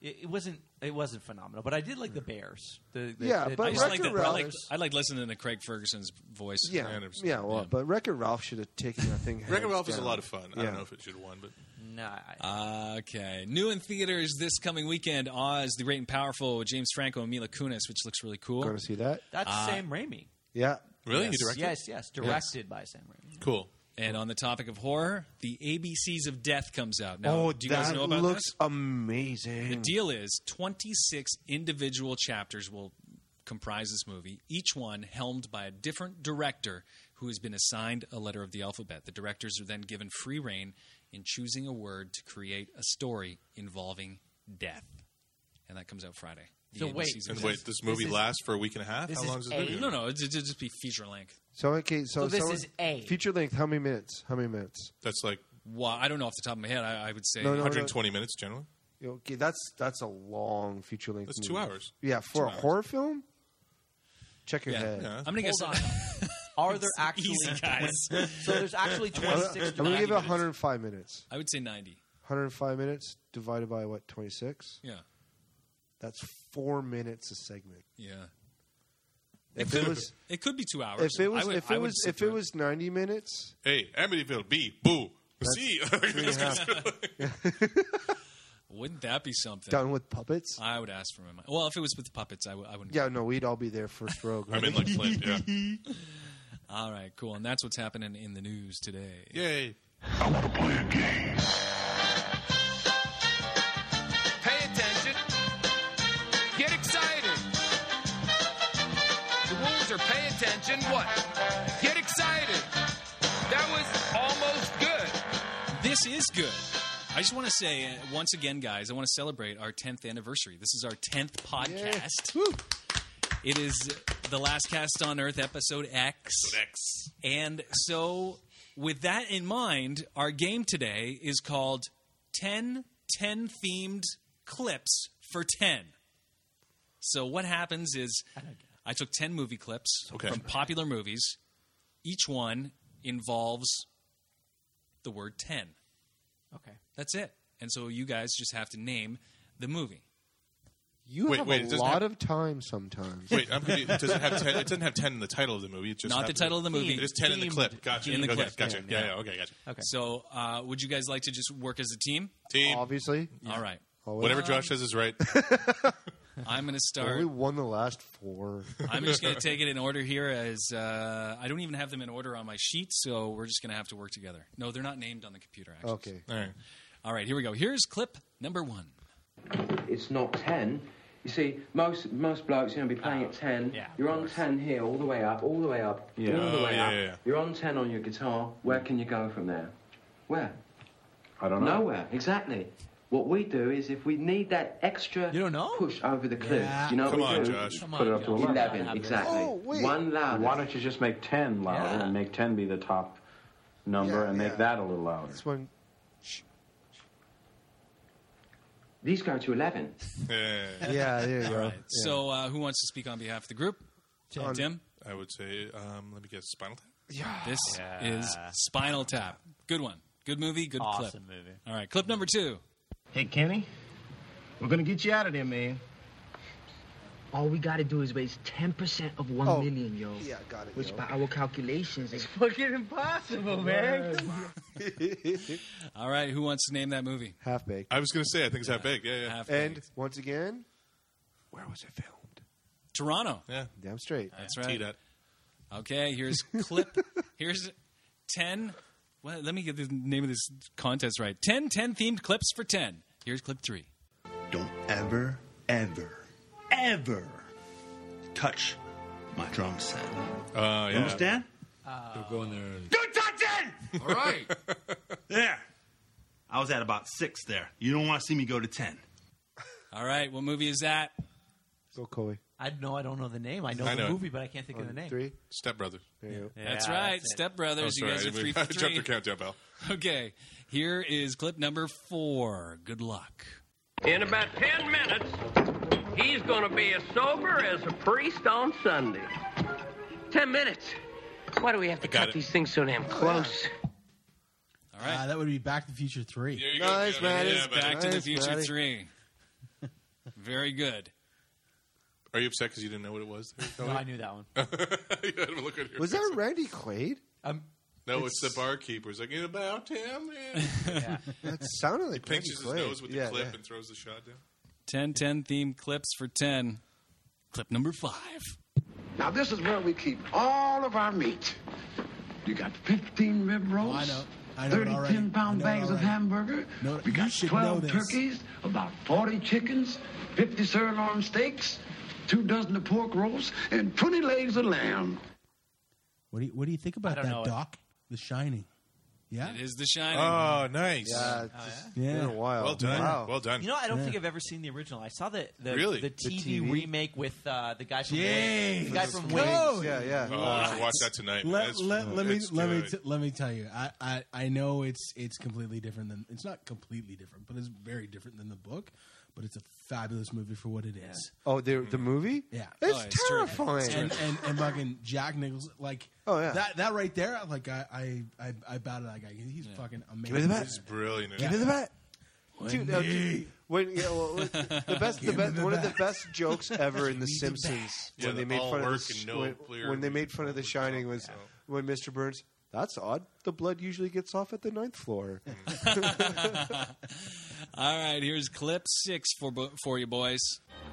Speaker 9: It, it wasn't. It wasn't phenomenal, but I did like the Bears. The, the,
Speaker 10: Yeah,
Speaker 9: the-
Speaker 10: but
Speaker 7: I just like
Speaker 10: Wreck-It
Speaker 7: that. I
Speaker 10: Ralph
Speaker 7: like,
Speaker 10: is-
Speaker 7: I like listening to Craig Ferguson's voice.
Speaker 10: Yeah,
Speaker 8: I understand.
Speaker 10: yeah. Well,
Speaker 7: Yeah.
Speaker 10: but Wreck-It Ralph should have taken that thing.
Speaker 8: Wreck-It
Speaker 10: hands
Speaker 8: Ralph is a
Speaker 10: down.
Speaker 8: lot of fun. I
Speaker 10: Yeah.
Speaker 8: don't know if it should have won, but
Speaker 9: Nah, I-
Speaker 7: Okay. New in theaters this coming weekend Oz, The Great and Powerful, with James Franco and Mila Kunis, which looks really cool.
Speaker 10: Going to see that?
Speaker 9: that's
Speaker 7: Uh,
Speaker 9: Sam Raimi.
Speaker 10: Yeah.
Speaker 8: really,
Speaker 7: Yes.
Speaker 8: you directed?
Speaker 9: Yes, yes, directed by Sam Raimi.
Speaker 8: Cool.
Speaker 7: And on the topic of horror, The ABCs of Death comes out. Now,
Speaker 10: oh,
Speaker 7: do you
Speaker 10: that
Speaker 7: guys know about
Speaker 10: looks
Speaker 7: this?
Speaker 10: amazing.
Speaker 7: The deal is 26 individual chapters will comprise this movie, each one helmed by a different director who has been assigned a letter of the alphabet. The directors are then given free reign in choosing a word to create a story involving death. And that comes out Friday. The
Speaker 9: So wait.
Speaker 7: ABCs of
Speaker 8: And
Speaker 7: Death.
Speaker 8: wait, this movie
Speaker 9: is-
Speaker 8: lasts for a week and a half.
Speaker 9: this
Speaker 8: How
Speaker 9: is
Speaker 8: long does
Speaker 9: a-
Speaker 8: it?
Speaker 7: No, no, it it just be feature length.
Speaker 10: So okay, so,
Speaker 9: So this
Speaker 10: someone-
Speaker 9: is A.
Speaker 10: feature length. How many minutes? How many minutes?
Speaker 8: That's like
Speaker 7: Well, I don't know off the top of my head. I, I would say
Speaker 10: No, no,
Speaker 8: 120 minutes generally.
Speaker 10: Okay, that's that's a long feature length.
Speaker 8: That's two
Speaker 10: movie.
Speaker 8: hours.
Speaker 10: Yeah, for
Speaker 8: Two
Speaker 10: a
Speaker 8: hours.
Speaker 10: horror film. Check your
Speaker 7: Yeah.
Speaker 10: head.
Speaker 8: Yeah.
Speaker 7: I'm gonna guess.
Speaker 9: Hold Are there actually
Speaker 7: Easy, guys.
Speaker 9: so there's actually
Speaker 10: I'm
Speaker 9: 26
Speaker 10: gonna- I'm gonna give it
Speaker 9: directors.
Speaker 10: 105 minutes.
Speaker 7: I would say 90.
Speaker 10: 105 minutes divided by what 26.
Speaker 7: Yeah,
Speaker 10: That's four minutes a segment.
Speaker 7: yeah.
Speaker 10: If it was,
Speaker 7: It could be two hours.
Speaker 10: if it was,
Speaker 7: I would-
Speaker 10: if
Speaker 7: I
Speaker 10: it
Speaker 7: would
Speaker 10: was,
Speaker 7: sit
Speaker 10: if
Speaker 7: through
Speaker 10: it was 90 minutes,
Speaker 8: Hey, Amityville, B, boo, C.
Speaker 10: and a half.
Speaker 7: wouldn't that be something?
Speaker 10: done with puppets.
Speaker 7: I would ask for my. Well, if it was with puppets, I w- I wouldn't.
Speaker 10: Yeah, no, we'd all be there first row.
Speaker 8: I'm in like Flint. Yeah.
Speaker 7: All right, cool. And that's what's happening in the news today.
Speaker 8: Yay.
Speaker 4: Pay attention. Get excited. The rules are pay attention. What? Get excited. That was almost good.
Speaker 7: This is good. I just want to say uh, once again, guys, I want to celebrate our 10th anniversary. This is our 10th podcast. It is the last cast on earth, episode X.
Speaker 8: X.
Speaker 7: And so, with that in mind, our game today is called 10 10 themed clips for 10. So, what happens is I took 10 movie clips
Speaker 8: Okay.
Speaker 7: from popular movies, each one involves the word 10.
Speaker 9: Okay.
Speaker 7: That's it. And so, you guys just have to name the movie.
Speaker 10: You
Speaker 8: Wait,
Speaker 10: have
Speaker 8: wait, it
Speaker 10: a
Speaker 8: doesn't
Speaker 10: lot
Speaker 8: have-
Speaker 10: of time sometimes.
Speaker 8: Wait, I'm confused. It doesn't have ten. It doesn't have ten in the title of the movie. It just
Speaker 7: Not
Speaker 8: have
Speaker 7: the title of the movie.
Speaker 8: It is ten in the
Speaker 9: Themed.
Speaker 8: clip. Gotcha.
Speaker 7: In the
Speaker 8: okay,
Speaker 7: clip.
Speaker 8: Gotcha.
Speaker 7: Yeah.
Speaker 8: Yeah. yeah. Okay. Gotcha.
Speaker 9: Okay.
Speaker 7: So, uh, would you guys like to just work as a team?
Speaker 8: Team.
Speaker 10: Obviously,
Speaker 7: All right.
Speaker 10: Always.
Speaker 8: Whatever Josh says is right.
Speaker 7: I'm going to start.
Speaker 10: Well, we won the last four.
Speaker 7: I'm just going to take it in order here as uh, I don't even have them in order on my sheet, so we're just going to have to work together. No, they're not named on the computer, actually.
Speaker 10: Okay.
Speaker 8: All right.
Speaker 7: All right, here we go. Here's clip number one.
Speaker 5: it's not 10. You see, most most blokes, you know, be playing at 10.
Speaker 7: yeah, of
Speaker 5: You're on 10 here, all the way up, all the way up, all the
Speaker 8: Oh,
Speaker 5: way
Speaker 8: yeah,
Speaker 5: up.
Speaker 8: yeah, yeah.
Speaker 5: You're on 10 on your guitar. Where can you go from there? Where? I don't know. Nowhere, exactly. What we do is if we need that extra
Speaker 9: You don't know?
Speaker 5: push over the cliff,
Speaker 11: Yeah.
Speaker 5: you know
Speaker 8: Come
Speaker 5: what we
Speaker 8: on,
Speaker 5: do?
Speaker 8: Josh. Come
Speaker 9: on, Josh. You
Speaker 5: 11,
Speaker 9: gotta have this.
Speaker 5: exactly.
Speaker 10: Oh, wait.
Speaker 5: One louder.
Speaker 6: Why don't you just make 10 louder
Speaker 9: Yeah.
Speaker 6: and make 10 be the top number
Speaker 10: Yeah,
Speaker 6: and make
Speaker 10: yeah.
Speaker 6: that a little louder?
Speaker 10: This one.
Speaker 5: These go to 11.
Speaker 8: Yeah.
Speaker 10: Yeah, there you go.
Speaker 7: All right. So, uh, who wants to speak on behalf of the group? Tim.
Speaker 8: I would say. Um, let me guess. Spinal Tap.
Speaker 7: This is Spinal Tap. Good one. Good movie. Good
Speaker 9: Awesome
Speaker 7: clip.
Speaker 9: movie.
Speaker 7: All right, clip number two.
Speaker 12: Hey, Kenny, we're gonna get you out of there, man. All we gotta do is raise 10% of one
Speaker 10: Oh.
Speaker 12: million, yo.
Speaker 10: Yeah, got it.
Speaker 12: Which,
Speaker 10: yo.
Speaker 12: by our calculations, is fucking impossible, man.
Speaker 7: All right, who wants to name that movie?
Speaker 10: Half baked.
Speaker 8: I was going to say. I think it's that big. Yeah. Yeah.
Speaker 7: Half
Speaker 10: And
Speaker 7: Baked.
Speaker 10: once again, where was it filmed?
Speaker 7: Toronto.
Speaker 8: yeah.
Speaker 10: Damn straight.
Speaker 7: That's
Speaker 8: Tee
Speaker 7: right.
Speaker 8: that.
Speaker 7: Okay, here's clip. here's 10. Well, let me get the name of this contest right 10 10 themed clips for 10. Here's clip three.
Speaker 12: Don't ever, ever, ever touch my drum set.
Speaker 8: Oh yeah.
Speaker 6: go in there.
Speaker 12: Don't touch it!
Speaker 1: All right.
Speaker 12: There. I was at about six there. You don't want to see me go to ten.
Speaker 7: All right, what movie is that?
Speaker 10: Go Coy.
Speaker 9: I know I don't know the name. I know
Speaker 8: I
Speaker 9: the
Speaker 8: know it.
Speaker 9: movie, but I can't think of the name.
Speaker 10: Three.
Speaker 8: Step Brothers.
Speaker 10: There you go.
Speaker 7: that's right, Step Brothers.
Speaker 8: oh, sorry.
Speaker 7: you guys are
Speaker 8: I-
Speaker 7: three
Speaker 8: I
Speaker 7: for
Speaker 8: jumped
Speaker 7: three.
Speaker 8: the countdown bell.
Speaker 7: Okay, here is clip number four. Good luck.
Speaker 5: In about 10 minutes, he's going to be as sober as a priest on Sunday. 10 minutes? Why do we have to
Speaker 8: got
Speaker 5: cut
Speaker 8: it.
Speaker 5: these things so damn close?
Speaker 7: All right,
Speaker 11: Uh, that would be Back to the Future Three.
Speaker 8: There you go.
Speaker 10: Nice,
Speaker 8: Yeah,
Speaker 10: man.
Speaker 8: yeah,
Speaker 10: It's
Speaker 8: buddy.
Speaker 7: Back to the
Speaker 10: Nice,
Speaker 7: Future
Speaker 10: buddy.
Speaker 7: 3. Very good.
Speaker 8: Are you upset because you didn't know what it was?
Speaker 9: No, I knew that one.
Speaker 8: you had a look on your
Speaker 10: Was
Speaker 8: face.
Speaker 10: that Randy Quaid?
Speaker 9: Um,
Speaker 8: No, it's, the barkeeper. He's like, "It's about him. man."
Speaker 10: That sounded like Randy
Speaker 8: Pinches his
Speaker 10: Quaid.
Speaker 8: nose with the
Speaker 10: yeah,
Speaker 8: clip
Speaker 10: yeah.
Speaker 8: and throws the shot down.
Speaker 7: 10 10 themed clips for 10. Clip number five.
Speaker 5: Now, this is where we keep all of our meat. You got 15 rib rolls,
Speaker 11: Oh, I know. I know it
Speaker 5: 30
Speaker 11: already.
Speaker 5: 10 pound
Speaker 11: I know it
Speaker 5: bags of
Speaker 11: already.
Speaker 5: hamburger.
Speaker 11: No,
Speaker 5: we
Speaker 11: you
Speaker 5: got
Speaker 11: should know
Speaker 5: 12
Speaker 11: this.
Speaker 5: turkeys, about 40 chickens, 50 sirloin steaks, two dozen of pork roasts, and 20 legs of lamb.
Speaker 11: What do you What do you think about
Speaker 9: I don't
Speaker 11: that,
Speaker 9: know it.
Speaker 11: Doc? The Shining. Yeah.
Speaker 7: It is The Shining.
Speaker 8: Oh, nice.
Speaker 10: Yeah, it's just
Speaker 11: yeah?
Speaker 10: been a while.
Speaker 8: Well done.
Speaker 10: Wow.
Speaker 8: Well done.
Speaker 9: you know, I don't think I've ever seen the original. I saw the the,
Speaker 8: Really?
Speaker 9: the,
Speaker 8: The
Speaker 9: TV,
Speaker 10: TV?
Speaker 9: remake with uh, the guy from
Speaker 11: Jeez.
Speaker 9: the guy
Speaker 10: Those
Speaker 9: from
Speaker 10: wings.
Speaker 9: Wings.
Speaker 10: Yeah, yeah.
Speaker 8: oh, I should watch that tonight. man.
Speaker 11: uh, Let,
Speaker 8: That's-
Speaker 11: let, let me
Speaker 8: it's
Speaker 11: let me
Speaker 8: good.
Speaker 11: t- let me tell you. I, I I know it's it's completely different than it's not completely different, but it's very different than the book. But it's a fabulous movie for what it is.
Speaker 10: oh, the the movie?
Speaker 11: Yeah.
Speaker 10: It's
Speaker 7: Oh, it's terrific. It's
Speaker 10: terrifying.
Speaker 11: And, and and fucking Jack Nichols, like
Speaker 10: Oh, yeah.
Speaker 11: that that right there, like I I I, I bow to that guy. He's fucking amazing.
Speaker 10: me the bat.
Speaker 8: It's brilliant.
Speaker 10: Give
Speaker 11: Yeah.
Speaker 10: me the bat. Dude, uh,
Speaker 11: Wendy.
Speaker 10: when yeah, well, when- the best, the
Speaker 11: Give me
Speaker 10: best,
Speaker 11: the
Speaker 10: one of the
Speaker 11: bat.
Speaker 10: best jokes ever in The
Speaker 11: Give me the
Speaker 10: Simpsons
Speaker 8: Yeah,
Speaker 10: when they
Speaker 8: the
Speaker 10: made
Speaker 8: all
Speaker 10: fun of the,
Speaker 8: work
Speaker 10: sh-
Speaker 8: and no
Speaker 10: when,
Speaker 8: clear
Speaker 10: when they made fun of
Speaker 8: over
Speaker 10: The
Speaker 8: top.
Speaker 10: Shining was when Mr. Burns. That's odd. The blood usually gets off at the ninth floor.
Speaker 7: All right, here's clip six for, bo- for you boys.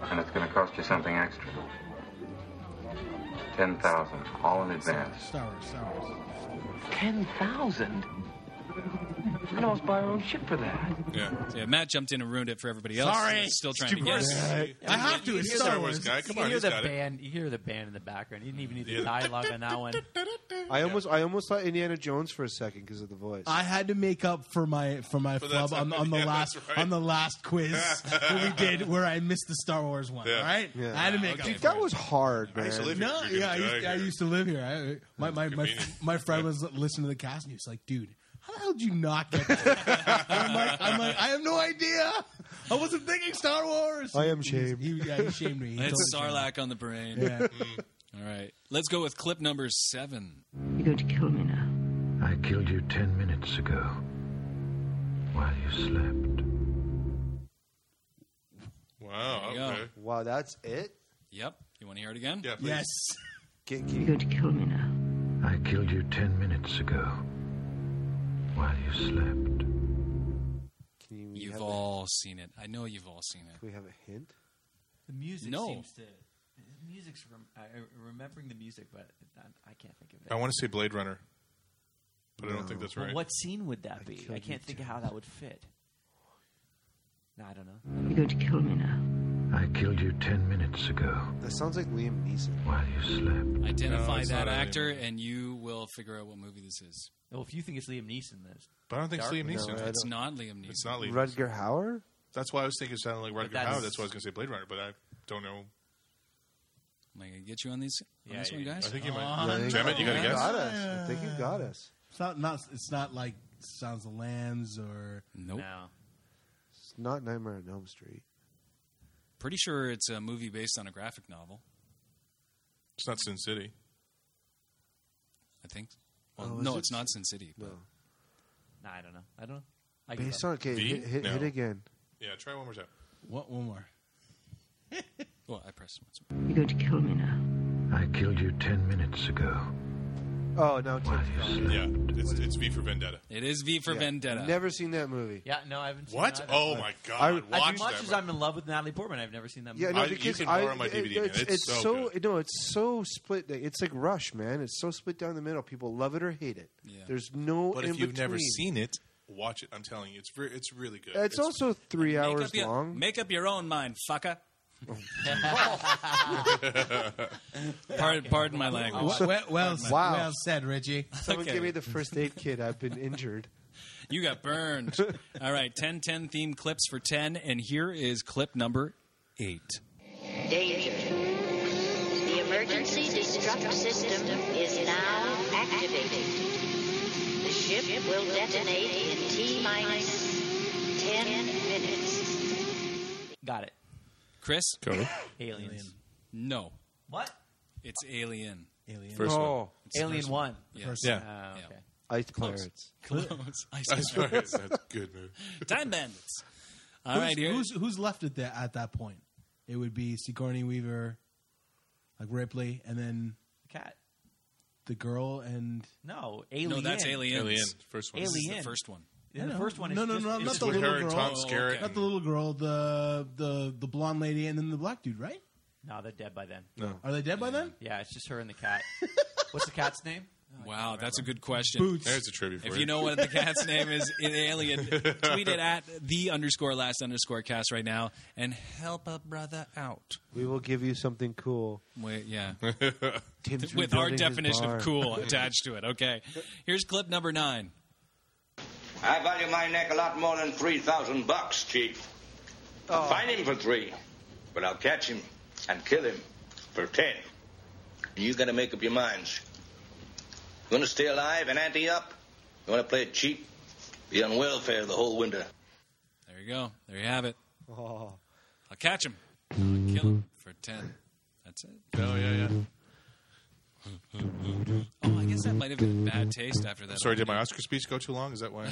Speaker 6: And it's going to cost you something extra.
Speaker 13: Ten thousand, all in advance.
Speaker 11: Star Wars, Star Wars.
Speaker 12: Ten thousand. I can almost buy our own ship for that.
Speaker 8: Yeah.
Speaker 7: Yeah, Matt jumped in and ruined it for everybody else.
Speaker 12: Sorry.
Speaker 7: He's still trying
Speaker 12: Of
Speaker 7: to guess.
Speaker 12: course. Yeah. I have to, it's
Speaker 7: He's a
Speaker 12: Star
Speaker 9: Wars. You hear the band. You hear the band in the background. You didn't even need the
Speaker 10: Yeah.
Speaker 9: dialogue on that one.
Speaker 10: I almost, I almost thought Indiana Jones for a second because of the voice.
Speaker 11: I had to make up for my for my
Speaker 10: For that
Speaker 11: flub on,
Speaker 10: time.
Speaker 11: on the
Speaker 10: Yeah,
Speaker 11: last
Speaker 10: that's right.
Speaker 11: on the last quiz that we did where I missed the Star Wars one.
Speaker 10: Yeah.
Speaker 11: All right,
Speaker 10: Yeah.
Speaker 11: I had to make
Speaker 10: Dude,
Speaker 11: up.
Speaker 10: that was hard, man.
Speaker 11: I used to live here. No, yeah, I used, I used to live here. I, my my, my, my friend was listening to the cast and he was like, "Dude, how the hell did you not get that?" I'm like, I'm like, I have no idea. I wasn't thinking Star Wars.
Speaker 10: I am
Speaker 11: He-
Speaker 10: shamed.
Speaker 11: He, yeah, he shamed me. He
Speaker 7: It's
Speaker 11: totally shamed me.
Speaker 7: Sarlacc on the brain.
Speaker 11: Yeah.
Speaker 7: Mm. All right. Let's go with clip number seven.
Speaker 14: You're going to kill me now. I killed you ten minutes ago. While you slept.
Speaker 8: Wow.
Speaker 7: There you
Speaker 8: Okay.
Speaker 10: Wow, that's it.
Speaker 7: Yep. You want to hear it again?
Speaker 8: Yeah,
Speaker 7: please.
Speaker 11: Yes.
Speaker 14: You're going to kill me now. I killed you ten minutes ago. While you slept.
Speaker 7: You've all seen it. I know you've all seen it.
Speaker 10: Can we have a hint?
Speaker 9: The music
Speaker 7: No.
Speaker 9: seems to. The music's. Rem- I, I- remembering the music, but I, I can't think of it.
Speaker 8: I want to say Blade Runner, but I don't think that's
Speaker 9: Well,
Speaker 8: right.
Speaker 9: what scene would that be? I can't think of how that would fit. No, I don't know.
Speaker 14: You're going to kill me now. I killed you ten minutes ago.
Speaker 10: That sounds like Liam Neeson.
Speaker 14: While you slept.
Speaker 7: Identify that actor, and you will figure out what movie this is.
Speaker 9: Well, if you think it's Liam Neeson, that's.
Speaker 8: But I don't think it's Liam Neeson.
Speaker 7: it's not Liam Neeson.
Speaker 8: It's not Liam.
Speaker 10: Rudger Hauer.
Speaker 8: That's why I was thinking it sounded like Rutger
Speaker 7: that's-
Speaker 8: Hauer. That's why I was going to say Blade Runner, but I don't know.
Speaker 7: Am I going to get you on these? on
Speaker 8: Yeah,
Speaker 7: this one,
Speaker 8: you-
Speaker 7: guys?
Speaker 8: I think you might.
Speaker 11: Oh, no.
Speaker 8: Damn it, Uh, you got to
Speaker 11: You
Speaker 8: guess.
Speaker 11: got
Speaker 10: us. I think you got us.
Speaker 11: It's not, not it's not like Sounds of Lambs or
Speaker 7: nope.
Speaker 10: It's not Nightmare on Elm Street.
Speaker 7: Pretty sure it's a movie based on a graphic novel.
Speaker 8: It's not Sin City.
Speaker 7: I think. Well,
Speaker 10: Oh, is
Speaker 7: no,
Speaker 10: it?
Speaker 7: it's not Sin City. But
Speaker 9: Nah, I don't know. I don't know. I give
Speaker 10: Based
Speaker 9: up.
Speaker 10: on okay,
Speaker 8: V?
Speaker 10: hit, hit,
Speaker 8: No.
Speaker 10: hit again.
Speaker 8: Yeah, try one more time.
Speaker 11: What? One more.
Speaker 7: well, I pressed once.
Speaker 14: You're going to kill me now. I killed you ten minutes ago.
Speaker 10: Oh no, Tim's gone.
Speaker 8: Yeah, it's, it's V for Vendetta.
Speaker 7: It is V for
Speaker 10: Yeah.
Speaker 7: Vendetta.
Speaker 10: Never seen that movie.
Speaker 9: Yeah, no, I haven't seen
Speaker 8: What?
Speaker 9: that either.
Speaker 8: Oh my god!
Speaker 10: I-
Speaker 8: Watch
Speaker 9: as much
Speaker 8: that.
Speaker 9: as
Speaker 8: bro.
Speaker 9: I'm in love with Natalie Portman, I've never seen that movie.
Speaker 10: Yeah, no,
Speaker 8: I- you
Speaker 10: because
Speaker 8: can borrow
Speaker 10: I,
Speaker 8: my
Speaker 10: it-
Speaker 8: DVD, man.
Speaker 10: It's,
Speaker 8: It's so
Speaker 10: so, no, it's so split. It's like Rush, man. It's so split down the middle. People love it or hate it.
Speaker 8: Yeah.
Speaker 10: There's no.
Speaker 8: But
Speaker 10: in
Speaker 8: if you've never
Speaker 10: between.
Speaker 8: seen it, watch it. I'm telling you, it's re- it's really good.
Speaker 10: it's, also three
Speaker 7: Make
Speaker 10: hours
Speaker 7: up, your,
Speaker 10: long.
Speaker 7: make up your own mind, fucker. pardon, pardon my language.
Speaker 11: Well, well, well,
Speaker 7: Pardon my-
Speaker 11: well said, Reggie.
Speaker 10: Someone
Speaker 7: Okay.
Speaker 10: give me the first aid kit. I've been injured.
Speaker 7: You got burned. All right, 10 10 theme clips for 10, and here is clip number 8.
Speaker 15: Danger. The emergency destruct system is now activated. The ship will detonate in T minus 10 minutes.
Speaker 9: Got it.
Speaker 7: Chris?
Speaker 8: Go.
Speaker 9: Aliens.
Speaker 7: No.
Speaker 9: What?
Speaker 7: It's Alien.
Speaker 11: Alien.
Speaker 8: First one. Oh.
Speaker 7: It's the
Speaker 9: Alien
Speaker 7: first one.
Speaker 9: One. The
Speaker 7: Yes.
Speaker 9: first one. Yeah. Oh, okay.
Speaker 10: Ice
Speaker 7: Close.
Speaker 11: Close.
Speaker 7: Close.
Speaker 8: Ice Pirates. That's a good movie.
Speaker 7: Time Bandits. All
Speaker 11: who's,
Speaker 7: right, here.
Speaker 11: who's who's left at that at that point? It would be Sigourney Weaver, like Ripley, and then
Speaker 9: the cat,
Speaker 11: the girl, and
Speaker 9: No, Alien.
Speaker 7: No, that's Aliens.
Speaker 8: Alien, first one.
Speaker 9: Alien.
Speaker 7: This is the first one.
Speaker 9: Yeah,
Speaker 11: I
Speaker 9: the
Speaker 11: know.
Speaker 9: first one is
Speaker 11: No, no,
Speaker 9: just,
Speaker 11: no,
Speaker 9: it's
Speaker 11: not
Speaker 9: just
Speaker 11: the
Speaker 8: with
Speaker 11: little
Speaker 8: her and
Speaker 11: girl.
Speaker 10: Oh,
Speaker 8: Tom Skerritt.
Speaker 11: Not the little girl. The the the blonde lady, and then the black dude. Right?
Speaker 9: No, they're dead by then.
Speaker 8: No.
Speaker 11: Are they dead by then?
Speaker 9: Yeah, it's just her and the cat. What's the cat's name?
Speaker 7: Wow, that's a good question.
Speaker 11: Boots.
Speaker 8: There's a trivia for
Speaker 7: If
Speaker 8: you.
Speaker 7: you know what the cat's name is in Alien, tweet it at the underscore last underscore cast right now and help a brother out.
Speaker 10: We will give you something cool.
Speaker 7: Wait, yeah.
Speaker 10: Tim's
Speaker 7: With our
Speaker 10: rebuilding his
Speaker 7: definition
Speaker 10: bar.
Speaker 7: of cool attached to it. Okay. Here's clip number nine.
Speaker 16: I value my neck a lot more than 3,000 bucks, Chief. I'll find him for three, but I'll catch him and kill him for ten. You gotta make up your minds. You wanna stay alive and ante up? You wanna play it cheap? Be on welfare the whole winter.
Speaker 7: There you go. There you have it.
Speaker 10: Oh.
Speaker 7: I'll catch him. I'll kill him for 10. That's it.
Speaker 8: Oh yeah, yeah.
Speaker 7: Oh, I guess that might have been bad taste after that.
Speaker 8: Sorry, did my Oscar speech go too long? Is that why?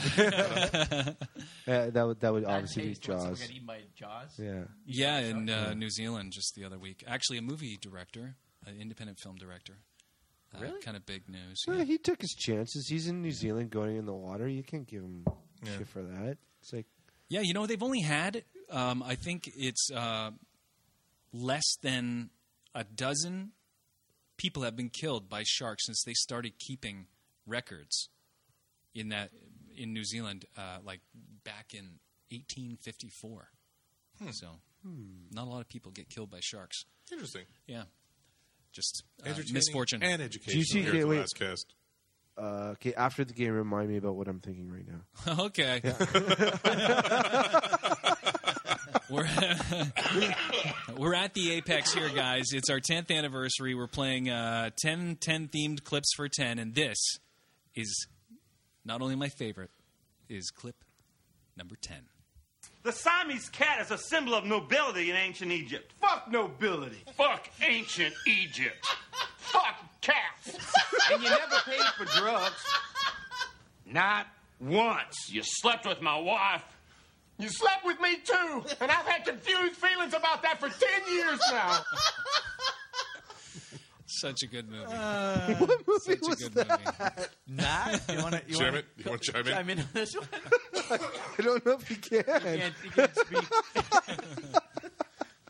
Speaker 10: Uh, that would that would obviously be
Speaker 9: taste once someone
Speaker 10: Jaws.
Speaker 9: got eaten by Jaws?
Speaker 10: Yeah.
Speaker 7: Yeah, in uh, New Zealand just the other week. Actually, a movie director, an independent film director. Uh,
Speaker 10: Really?
Speaker 7: Kind of big news.
Speaker 10: Well, he took his chances. He's in New Zealand going in the water. You can't give him
Speaker 7: Yeah.
Speaker 10: shit for that. It's like
Speaker 7: Yeah, you know they've only had. Um, I think it's uh, less than a dozen people have been killed by sharks since they started keeping records in that in New Zealand, uh, like back in 1854. So,
Speaker 8: Hmm.
Speaker 7: not a lot of people get killed by sharks.
Speaker 8: Interesting.
Speaker 7: Yeah, just uh,
Speaker 8: Entertaining
Speaker 7: misfortune
Speaker 8: and
Speaker 10: Do you see?
Speaker 8: Here's
Speaker 10: Okay,
Speaker 8: the
Speaker 10: wait.
Speaker 8: last cast.
Speaker 10: Uh, okay, after the game, remind me about what I'm thinking right now.
Speaker 7: okay. we're, we're at the apex here, guys. It's our 10th anniversary. We're playing uh, 10, 10 themed clips for 10, and this is not only my favorite, is clip number 10.
Speaker 17: The Siamese cat is a symbol of nobility in ancient Egypt. Fuck nobility. Fuck ancient Egypt. Fuck cats. and you never paid for drugs. Not once. You slept with my wife.
Speaker 18: You slept with me too, and I've had confused feelings about that for 10 years now.
Speaker 7: Such a good movie.
Speaker 9: Uh,
Speaker 7: what
Speaker 9: movie
Speaker 7: Such
Speaker 9: was
Speaker 7: a good
Speaker 9: that?
Speaker 7: movie.
Speaker 9: Nat, you wanna- you
Speaker 8: Chime
Speaker 9: wanna-
Speaker 8: it? You want to chime in?
Speaker 9: Chime in on this one?
Speaker 10: I don't know if you can.
Speaker 9: can't- you can't speak.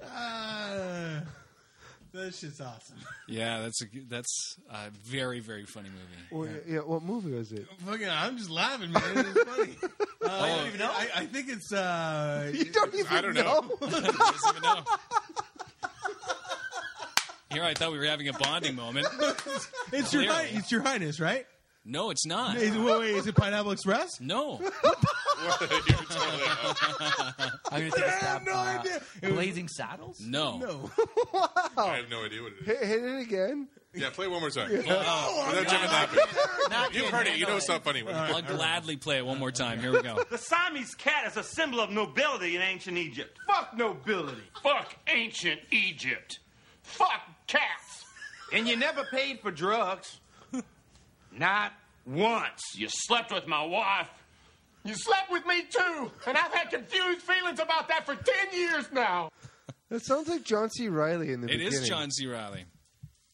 Speaker 11: Uh, that shit's awesome.
Speaker 7: Yeah, that's a, g- that's a very, very funny movie.
Speaker 10: Well, yeah. what movie was it?
Speaker 11: Fucking, I'm just laughing, man. It's funny. Uh, I
Speaker 7: don't
Speaker 11: even know. I, think it's. Uh,
Speaker 10: you don't even
Speaker 11: I don't
Speaker 10: know.
Speaker 7: Here I thought we were having a bonding moment.
Speaker 11: it's your.
Speaker 7: Clearly.
Speaker 11: Hi- It's your highness, right?
Speaker 7: No, it's not.
Speaker 11: Is, wait, wait, is it Pineapple Express?
Speaker 7: No.
Speaker 9: I'm gonna take a stab.
Speaker 10: no
Speaker 9: uh,
Speaker 10: idea.
Speaker 9: Blazing Saddles?
Speaker 7: No.
Speaker 10: No.
Speaker 8: I have no idea what it is.
Speaker 10: hit, hit it again.
Speaker 8: Yeah, play it one more time.
Speaker 10: Yeah.
Speaker 8: Oh, without Jim and Happy. You've heard it. You know it's not funny.
Speaker 7: I'll gladly play it one more time. Here we go.
Speaker 17: The Siamese cat is a symbol of nobility in ancient Egypt. Fuck nobility. Fuck ancient Egypt. Fuck cats.
Speaker 18: And you never paid for drugs. Not once. You slept with my wife. You slept with me too, and I've had confused feelings about that for 10 years now.
Speaker 10: That sounds like John C. Riley in the
Speaker 7: It
Speaker 10: beginning.
Speaker 7: is John C. Riley.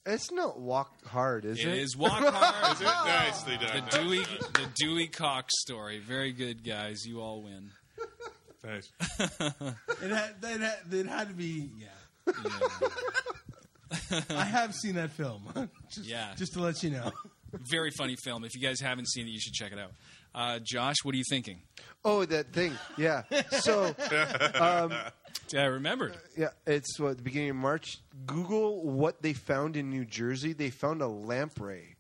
Speaker 10: It's not Walk Hard, is it?
Speaker 7: It is Walk Hard.
Speaker 8: Is it? Nicely done.
Speaker 7: The Dewey, the Dewey Cox story. Very good, guys. You all win.
Speaker 8: Thanks.
Speaker 11: It had, it had, it had to be. Yeah. I have seen that film. just,
Speaker 7: Yeah.
Speaker 11: Just to let you know.
Speaker 7: Very funny film. If you guys haven't seen it, you should check it out. Uh, Josh, what are you thinking?
Speaker 10: Oh, that thing. Yeah. So, um,
Speaker 7: Yeah, I remembered.
Speaker 10: yeah, it's what the beginning of March. Google what they found in New Jersey. They found a lamprey.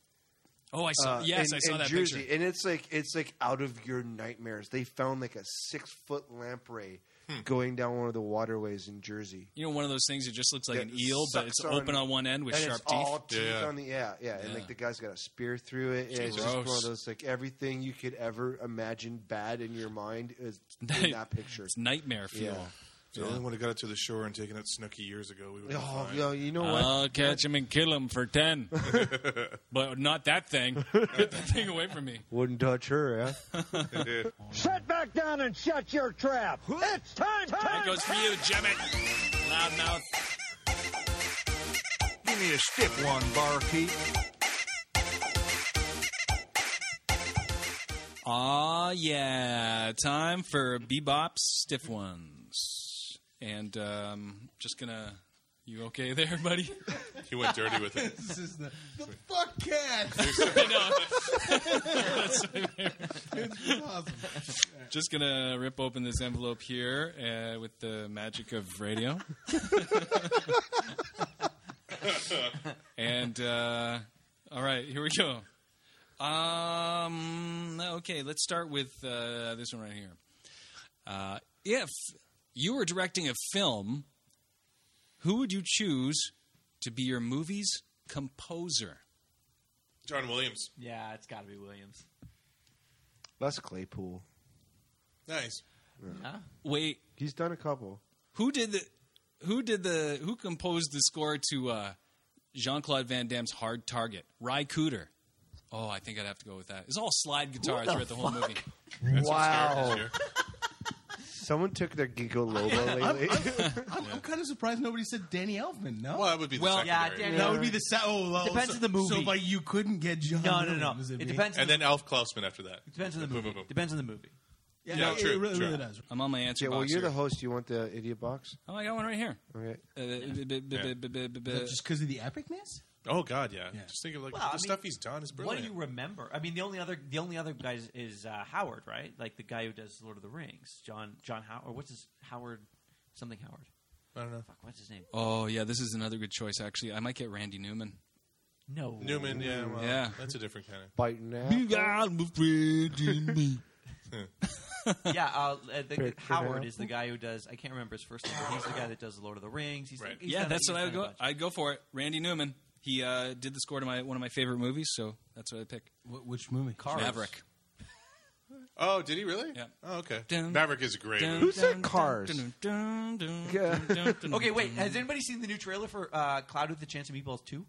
Speaker 7: Oh, I saw.
Speaker 10: uh,
Speaker 7: yes,
Speaker 10: in-
Speaker 7: I saw
Speaker 10: in
Speaker 7: that
Speaker 10: Jersey,
Speaker 7: picture.
Speaker 10: and it's like it's like out of your nightmares. They found like a six foot lamprey
Speaker 7: Hmm.
Speaker 10: going down one of the waterways in Jersey.
Speaker 7: You know, one of those things that just looks like
Speaker 10: Yeah,
Speaker 7: an eel, but it's
Speaker 10: sucks
Speaker 7: open on one end with
Speaker 10: and
Speaker 7: sharp
Speaker 10: it's all
Speaker 7: teeth.
Speaker 10: on the, yeah, yeah, and
Speaker 7: Yeah.
Speaker 10: like the guy's got a spear through it. And it's just one
Speaker 7: Gross.
Speaker 10: of those like everything you could ever imagine bad in your mind is in that picture.
Speaker 7: It's nightmare fuel.
Speaker 10: Yeah.
Speaker 8: The only one who got it to the shore and taken it Snooky years ago. We would have
Speaker 10: Oh,
Speaker 8: been fine.
Speaker 10: yo, you know what?
Speaker 7: I'll catch him and kill him for ten, but not that thing. Get that thing away from me.
Speaker 10: Wouldn't touch her, yeah.
Speaker 19: Sit back down and shut your trap. It's time.
Speaker 7: That goes for you, Jemmett. Loud mouth.
Speaker 19: Give me a stiff one, barkeep.
Speaker 7: Aw, Ah, yeah. Time for bebop's stiff ones. And um, just gonna. You okay there, buddy?
Speaker 8: He went dirty with it.
Speaker 11: This is the, the fuck cat. it's awesome.
Speaker 7: Just gonna rip open this envelope here uh, with the magic of radio. and uh, all right, here we go. Um, okay, let's start with uh, this one right here. Uh, if you were directing a film, who would you choose to be your movie's composer?
Speaker 8: John Williams.
Speaker 9: Yeah, it's got to be Williams.
Speaker 10: Les Claypool.
Speaker 8: Nice.
Speaker 9: Huh?
Speaker 7: Wait,
Speaker 10: he's done a couple.
Speaker 7: Who did the who did the who composed the score to uh, Jean Claude Van Damme's Hard Target? Ry Cooter. Oh, I think I'd have to go with that. It's all slide guitar
Speaker 10: the
Speaker 7: throughout the whole
Speaker 10: fuck?
Speaker 7: movie.
Speaker 10: wow. Someone took their Ginkgo Lobo lately.
Speaker 11: I'm, I'm kind of surprised nobody said Danny Elfman. No,
Speaker 8: well, that would be
Speaker 9: the Well, yeah, secondary. Danny-
Speaker 11: that would be the sa- oh, well,
Speaker 9: Depends
Speaker 11: so,
Speaker 9: on the movie.
Speaker 11: So, but you couldn't get John.
Speaker 9: No, no, no.
Speaker 11: Williams,
Speaker 9: It
Speaker 11: it'd be-
Speaker 9: depends
Speaker 8: And then Alf Klausman after that.
Speaker 9: Depends on the
Speaker 8: Boom,
Speaker 9: movie.
Speaker 8: boom, boom.
Speaker 9: Depends on the movie.
Speaker 8: Yeah, Yeah, it true, really- true. really
Speaker 11: does.
Speaker 7: I'm on my answer
Speaker 10: Yeah, well,
Speaker 7: box
Speaker 10: you're
Speaker 7: here.
Speaker 10: the host. You want the idiot box?
Speaker 7: Oh, I got one right here.
Speaker 10: Okay.
Speaker 7: Uh, b- b- b- b- b- b- b-
Speaker 11: just because of the epicness.
Speaker 8: Oh God, yeah. Just think of like
Speaker 9: Well,
Speaker 8: the
Speaker 9: I mean,
Speaker 8: stuff he's done is brilliant.
Speaker 9: What do you remember? I mean, the only other the only other guys is uh, Howard, right? Like the guy who does Lord of the Rings, John John Howard. Or what's his Howard? Something Howard.
Speaker 8: I don't know.
Speaker 9: Fuck, what's his name?
Speaker 7: Oh yeah, this is another good choice. Actually, I might get Randy Newman.
Speaker 9: No.
Speaker 8: Newman, yeah, well,
Speaker 7: yeah.
Speaker 8: that's a different kind of
Speaker 10: biting
Speaker 9: yeah, uh, uh, the,
Speaker 7: Picture
Speaker 9: Howard
Speaker 7: now.
Speaker 9: is the guy who does. I can't remember his first name. But he's the guy that does the Lord of the Rings. He's, he's
Speaker 7: yeah,
Speaker 9: done-
Speaker 7: that's
Speaker 9: he's
Speaker 7: what I would
Speaker 9: done a
Speaker 7: go. I'd go for it. Randy Newman. He uh, did the score to my one of my favorite movies, so that's what I pick.
Speaker 11: which movie?
Speaker 7: Cars. Maverick.
Speaker 8: Oh, did he really? Yeah. Oh, okay. Maverick is a great.
Speaker 7: dun,
Speaker 8: movie.
Speaker 7: Who said dun, Cars? dun,
Speaker 9: bunch. okay, wait.
Speaker 7: Mm-hmm.
Speaker 9: Has anybody seen the new trailer for uh, Cloud with the Chance of Meatballs two?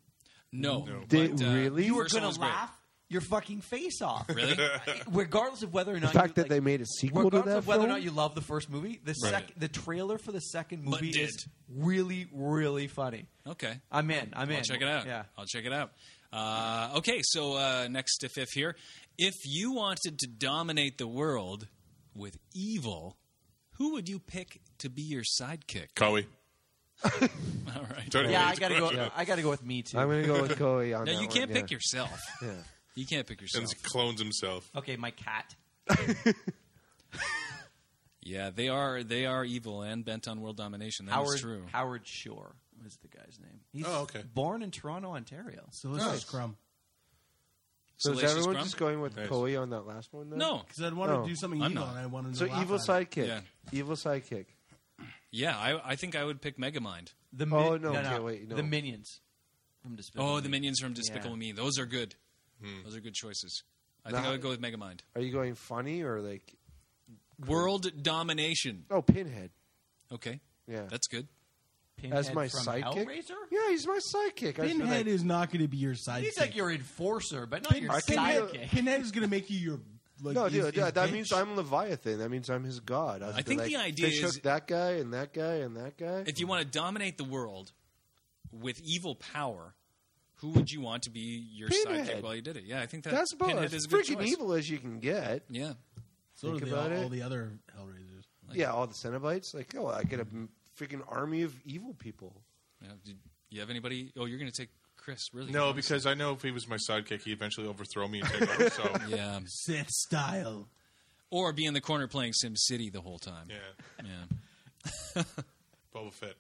Speaker 7: No. uh,
Speaker 10: Did really?
Speaker 9: You were gonna laugh your fucking face off.
Speaker 10: Really?
Speaker 9: Regardless of whether or
Speaker 10: The
Speaker 9: not
Speaker 10: fact
Speaker 9: you,
Speaker 10: that they made a sequel to
Speaker 9: regardless
Speaker 10: that
Speaker 9: of whether
Speaker 10: film.
Speaker 9: or not you love the first movie, the
Speaker 10: Right.
Speaker 9: sec- the trailer for the second
Speaker 7: But
Speaker 9: movie
Speaker 7: did.
Speaker 9: is really really funny.
Speaker 7: Okay.
Speaker 9: I'm in. I'm
Speaker 7: I'll
Speaker 9: in.
Speaker 7: check it out.
Speaker 9: Yeah.
Speaker 7: I'll check it out. Uh, okay, so uh, next to fifth here. If you wanted to dominate the world with evil, who would you pick to be your sidekick?
Speaker 8: Cowie.
Speaker 7: All right.
Speaker 9: yeah, I gotta go. I gotta go with me too.
Speaker 10: I'm gonna go with Koei on
Speaker 7: No,
Speaker 10: that
Speaker 7: you
Speaker 10: one,
Speaker 7: can't pick
Speaker 10: yeah.
Speaker 7: yourself.
Speaker 10: Yeah.
Speaker 7: You can't pick yourself.
Speaker 8: And he clones himself.
Speaker 9: Okay, my cat.
Speaker 7: Yeah, they are they are evil and bent on world domination. That is
Speaker 9: Howard
Speaker 7: true.
Speaker 9: Howard Shore was the guy's name. He's
Speaker 7: Oh, okay.
Speaker 9: Born in Toronto, Ontario.
Speaker 11: So let's just crumb.
Speaker 10: So is
Speaker 11: Salacious
Speaker 10: everyone
Speaker 11: Crumb?
Speaker 10: just going with
Speaker 11: Nice.
Speaker 10: Koei on that last one? Then?
Speaker 7: No. 'Cause I'd wanna
Speaker 10: Oh.
Speaker 7: do something I'm evil not. and I wanted to
Speaker 10: So
Speaker 7: laugh
Speaker 10: evil
Speaker 7: at it.
Speaker 10: sidekick.
Speaker 7: Yeah.
Speaker 10: Evil sidekick.
Speaker 7: Yeah, I, I think I would pick Megamind.
Speaker 9: The
Speaker 10: Oh, min- no, no, no. okay, wait, no.
Speaker 9: The minions from Despicable.
Speaker 7: Oh, the
Speaker 9: Me.
Speaker 7: minions from
Speaker 9: Yeah.
Speaker 7: Despicable Me. Those are good.
Speaker 10: Hmm.
Speaker 7: Those are good choices. I think
Speaker 10: Nah.
Speaker 7: I would go with Megamind.
Speaker 10: Are you going funny or like?
Speaker 7: World domination.
Speaker 10: Oh, Pinhead.
Speaker 7: Okay.
Speaker 10: Yeah.
Speaker 7: That's good.
Speaker 10: As my sidekick. Yeah, he's my sidekick. I feel like-
Speaker 11: Pinhead is not going to be your sidekick.
Speaker 9: He's like your enforcer, but not your sidekick.
Speaker 11: Pinhead is going to make you your. Like,
Speaker 10: no,
Speaker 11: his-
Speaker 10: dude,
Speaker 11: his
Speaker 10: yeah, that
Speaker 11: bitch.
Speaker 10: means I'm Leviathan. That means I'm his god. I,
Speaker 7: I think the idea
Speaker 10: fish
Speaker 7: is-
Speaker 10: hook that guy and that guy and that guy.
Speaker 7: If you want to dominate the world with evil power, who would you want to be your sidekick
Speaker 10: Pinhead.
Speaker 7: while you did it? Yeah, I think that
Speaker 10: That's about
Speaker 7: Pinhead
Speaker 10: as
Speaker 7: is a good
Speaker 10: freaking
Speaker 7: choice.
Speaker 10: evil as you can get.
Speaker 7: Yeah.
Speaker 11: So
Speaker 10: Think
Speaker 11: do they,
Speaker 10: about
Speaker 11: all,
Speaker 10: it.
Speaker 11: all the other Hellraisers.
Speaker 10: yeah, all the Cenobites. Like, oh, I get a m- freaking army of evil people.
Speaker 7: Yeah, did you have anybody? Oh, you're going to take Chris, really?
Speaker 8: No,
Speaker 7: Honestly.
Speaker 8: because I know if he was my sidekick, he'd eventually overthrow me and take over. So
Speaker 7: yeah,
Speaker 11: Sith style.
Speaker 7: or be in the corner playing Sim City the whole time.
Speaker 8: yeah,
Speaker 7: yeah.
Speaker 8: Boba Fett,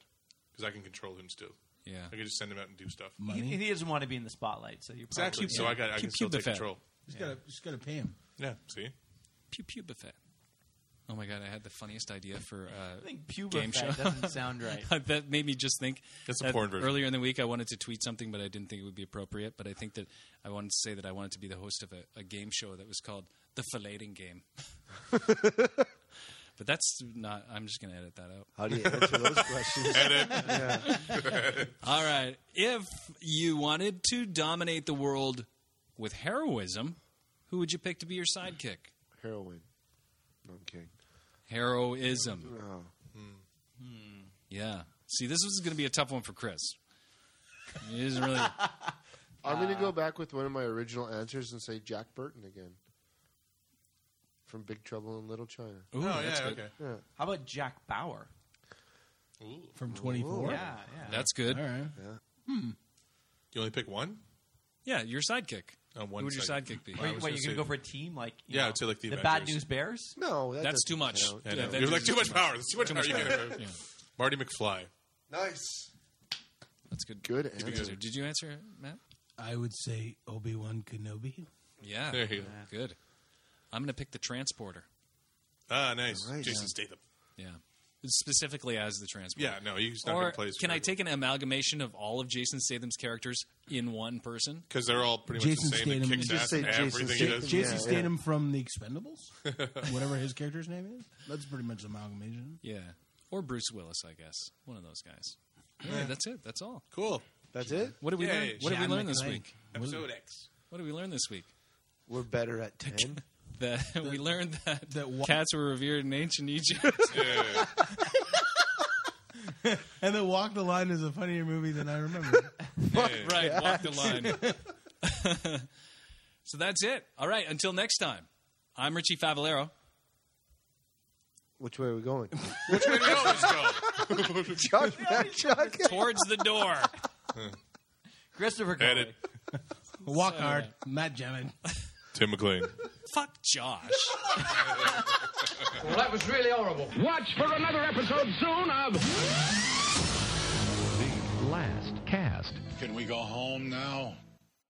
Speaker 8: because I can control him still.
Speaker 7: Yeah.
Speaker 8: I could just send him out and do stuff.
Speaker 9: He, and he doesn't want to be in the spotlight, so you're
Speaker 8: Exactly.
Speaker 9: probably
Speaker 8: So I got. I
Speaker 7: Pew,
Speaker 8: can still
Speaker 7: pew,
Speaker 8: take
Speaker 7: Buffet.
Speaker 8: control.
Speaker 11: Just gotta, just gotta pay him.
Speaker 8: Yeah. See.
Speaker 7: Pew Pew Buffet. Oh my god, I had the funniest idea for uh, I
Speaker 9: think Pew
Speaker 7: game
Speaker 9: Buffet
Speaker 7: show.
Speaker 9: doesn't sound right.
Speaker 7: that made me just think.
Speaker 8: That's a
Speaker 7: that
Speaker 8: porn version.
Speaker 7: Earlier in the week, I wanted to tweet something, but I didn't think it would be appropriate. But I think that I wanted to say that I wanted to be the host of a, a game show that was called the Filleting Game. but that's not. I'm just going to edit that out.
Speaker 10: How do you answer those questions? Edit. Yeah.
Speaker 7: All right. If you wanted to dominate the world with heroism, who would you pick to be your sidekick?
Speaker 10: Heroin. No, I'm kidding.
Speaker 7: Heroism. Hmm.
Speaker 10: Oh.
Speaker 7: Yeah. See, this is going to be a tough one for Chris. It isn't really.
Speaker 8: Oh,
Speaker 10: I'm going to go back with one of my original answers and say Jack Burton again from Big Trouble in Little China.
Speaker 7: Ooh, Oh, that's yeah, good. okay.
Speaker 10: Yeah.
Speaker 9: How about Jack Bauer?
Speaker 11: From 24?
Speaker 9: Yeah, yeah.
Speaker 7: That's good.
Speaker 11: All right.
Speaker 7: Hmm.
Speaker 8: You only pick one.
Speaker 7: Yeah, your sidekick.
Speaker 8: Uh, one
Speaker 7: Who would your
Speaker 8: sidekick.
Speaker 7: sidekick be?
Speaker 8: Well, I was
Speaker 9: Wait, you
Speaker 8: gonna say-
Speaker 9: gonna go for a team like you
Speaker 8: Yeah,
Speaker 9: know,
Speaker 8: I'd say like the
Speaker 9: Bad
Speaker 8: Avengers.
Speaker 9: News Bears?
Speaker 10: No, that
Speaker 7: That's too
Speaker 10: doesn't
Speaker 7: much.
Speaker 10: count.
Speaker 8: I
Speaker 7: Yeah,
Speaker 8: know.
Speaker 7: that
Speaker 8: You're
Speaker 7: is-
Speaker 8: like too much power. That's too much
Speaker 7: Too
Speaker 8: power.
Speaker 7: much
Speaker 8: You're
Speaker 7: power.
Speaker 8: gonna-
Speaker 7: Yeah.
Speaker 8: Marty McFly.
Speaker 10: Nice.
Speaker 7: That's good.
Speaker 10: Good
Speaker 7: Good
Speaker 10: answer.
Speaker 7: answer. Did you answer, Matt?
Speaker 11: I would say Obi Wan Kenobi.
Speaker 7: Yeah.
Speaker 8: There you go.
Speaker 7: Good. I'm going to pick the transporter.
Speaker 8: Ah, nice. Jason
Speaker 7: Yeah.
Speaker 8: Statham.
Speaker 7: Yeah. Specifically as the transporter.
Speaker 8: Yeah, no, he's not
Speaker 7: Or
Speaker 8: gonna play his
Speaker 7: Can I take an amalgamation of all of Jason Statham's characters in one person?
Speaker 8: Because they're all pretty
Speaker 11: Jason
Speaker 8: much the same.
Speaker 11: Statham.
Speaker 8: It kicks
Speaker 11: You just
Speaker 8: ass
Speaker 11: say
Speaker 8: in
Speaker 11: Jason
Speaker 8: everything
Speaker 11: Sta-
Speaker 8: he does.
Speaker 11: Jason Statham from The Expendables, whatever his character's name is. That's pretty much an amalgamation.
Speaker 7: Yeah. Or Bruce Willis, I guess. One of those guys. Yeah, that's it. That's all.
Speaker 8: Cool.
Speaker 10: That's it?
Speaker 7: What did we
Speaker 8: Yeah,
Speaker 7: learn?
Speaker 8: yeah,
Speaker 7: What did we
Speaker 8: John
Speaker 7: learn this
Speaker 8: McClane.
Speaker 7: week?
Speaker 8: Episode X.
Speaker 7: What did we learn this week?
Speaker 10: We're better at 10.
Speaker 7: That we learned that, cats were revered in ancient Egypt.
Speaker 11: And then Walk the Line is a funnier movie than I remember.
Speaker 7: right, walk the
Speaker 11: cats.
Speaker 7: line. so that's it. All right, until next time. I'm Richie Favalero.
Speaker 10: Which way are we going?
Speaker 7: Which way do we always go?
Speaker 10: Chuck, back, Chuck.
Speaker 7: Towards the door.
Speaker 9: Christopher
Speaker 8: Edit.
Speaker 11: Walk hard, Matt Gemmon.
Speaker 8: Tim McLean.
Speaker 7: Fuck Josh.
Speaker 20: Well, that was really horrible. Watch for another episode soon of.
Speaker 21: The last cast.
Speaker 22: Can we go home now?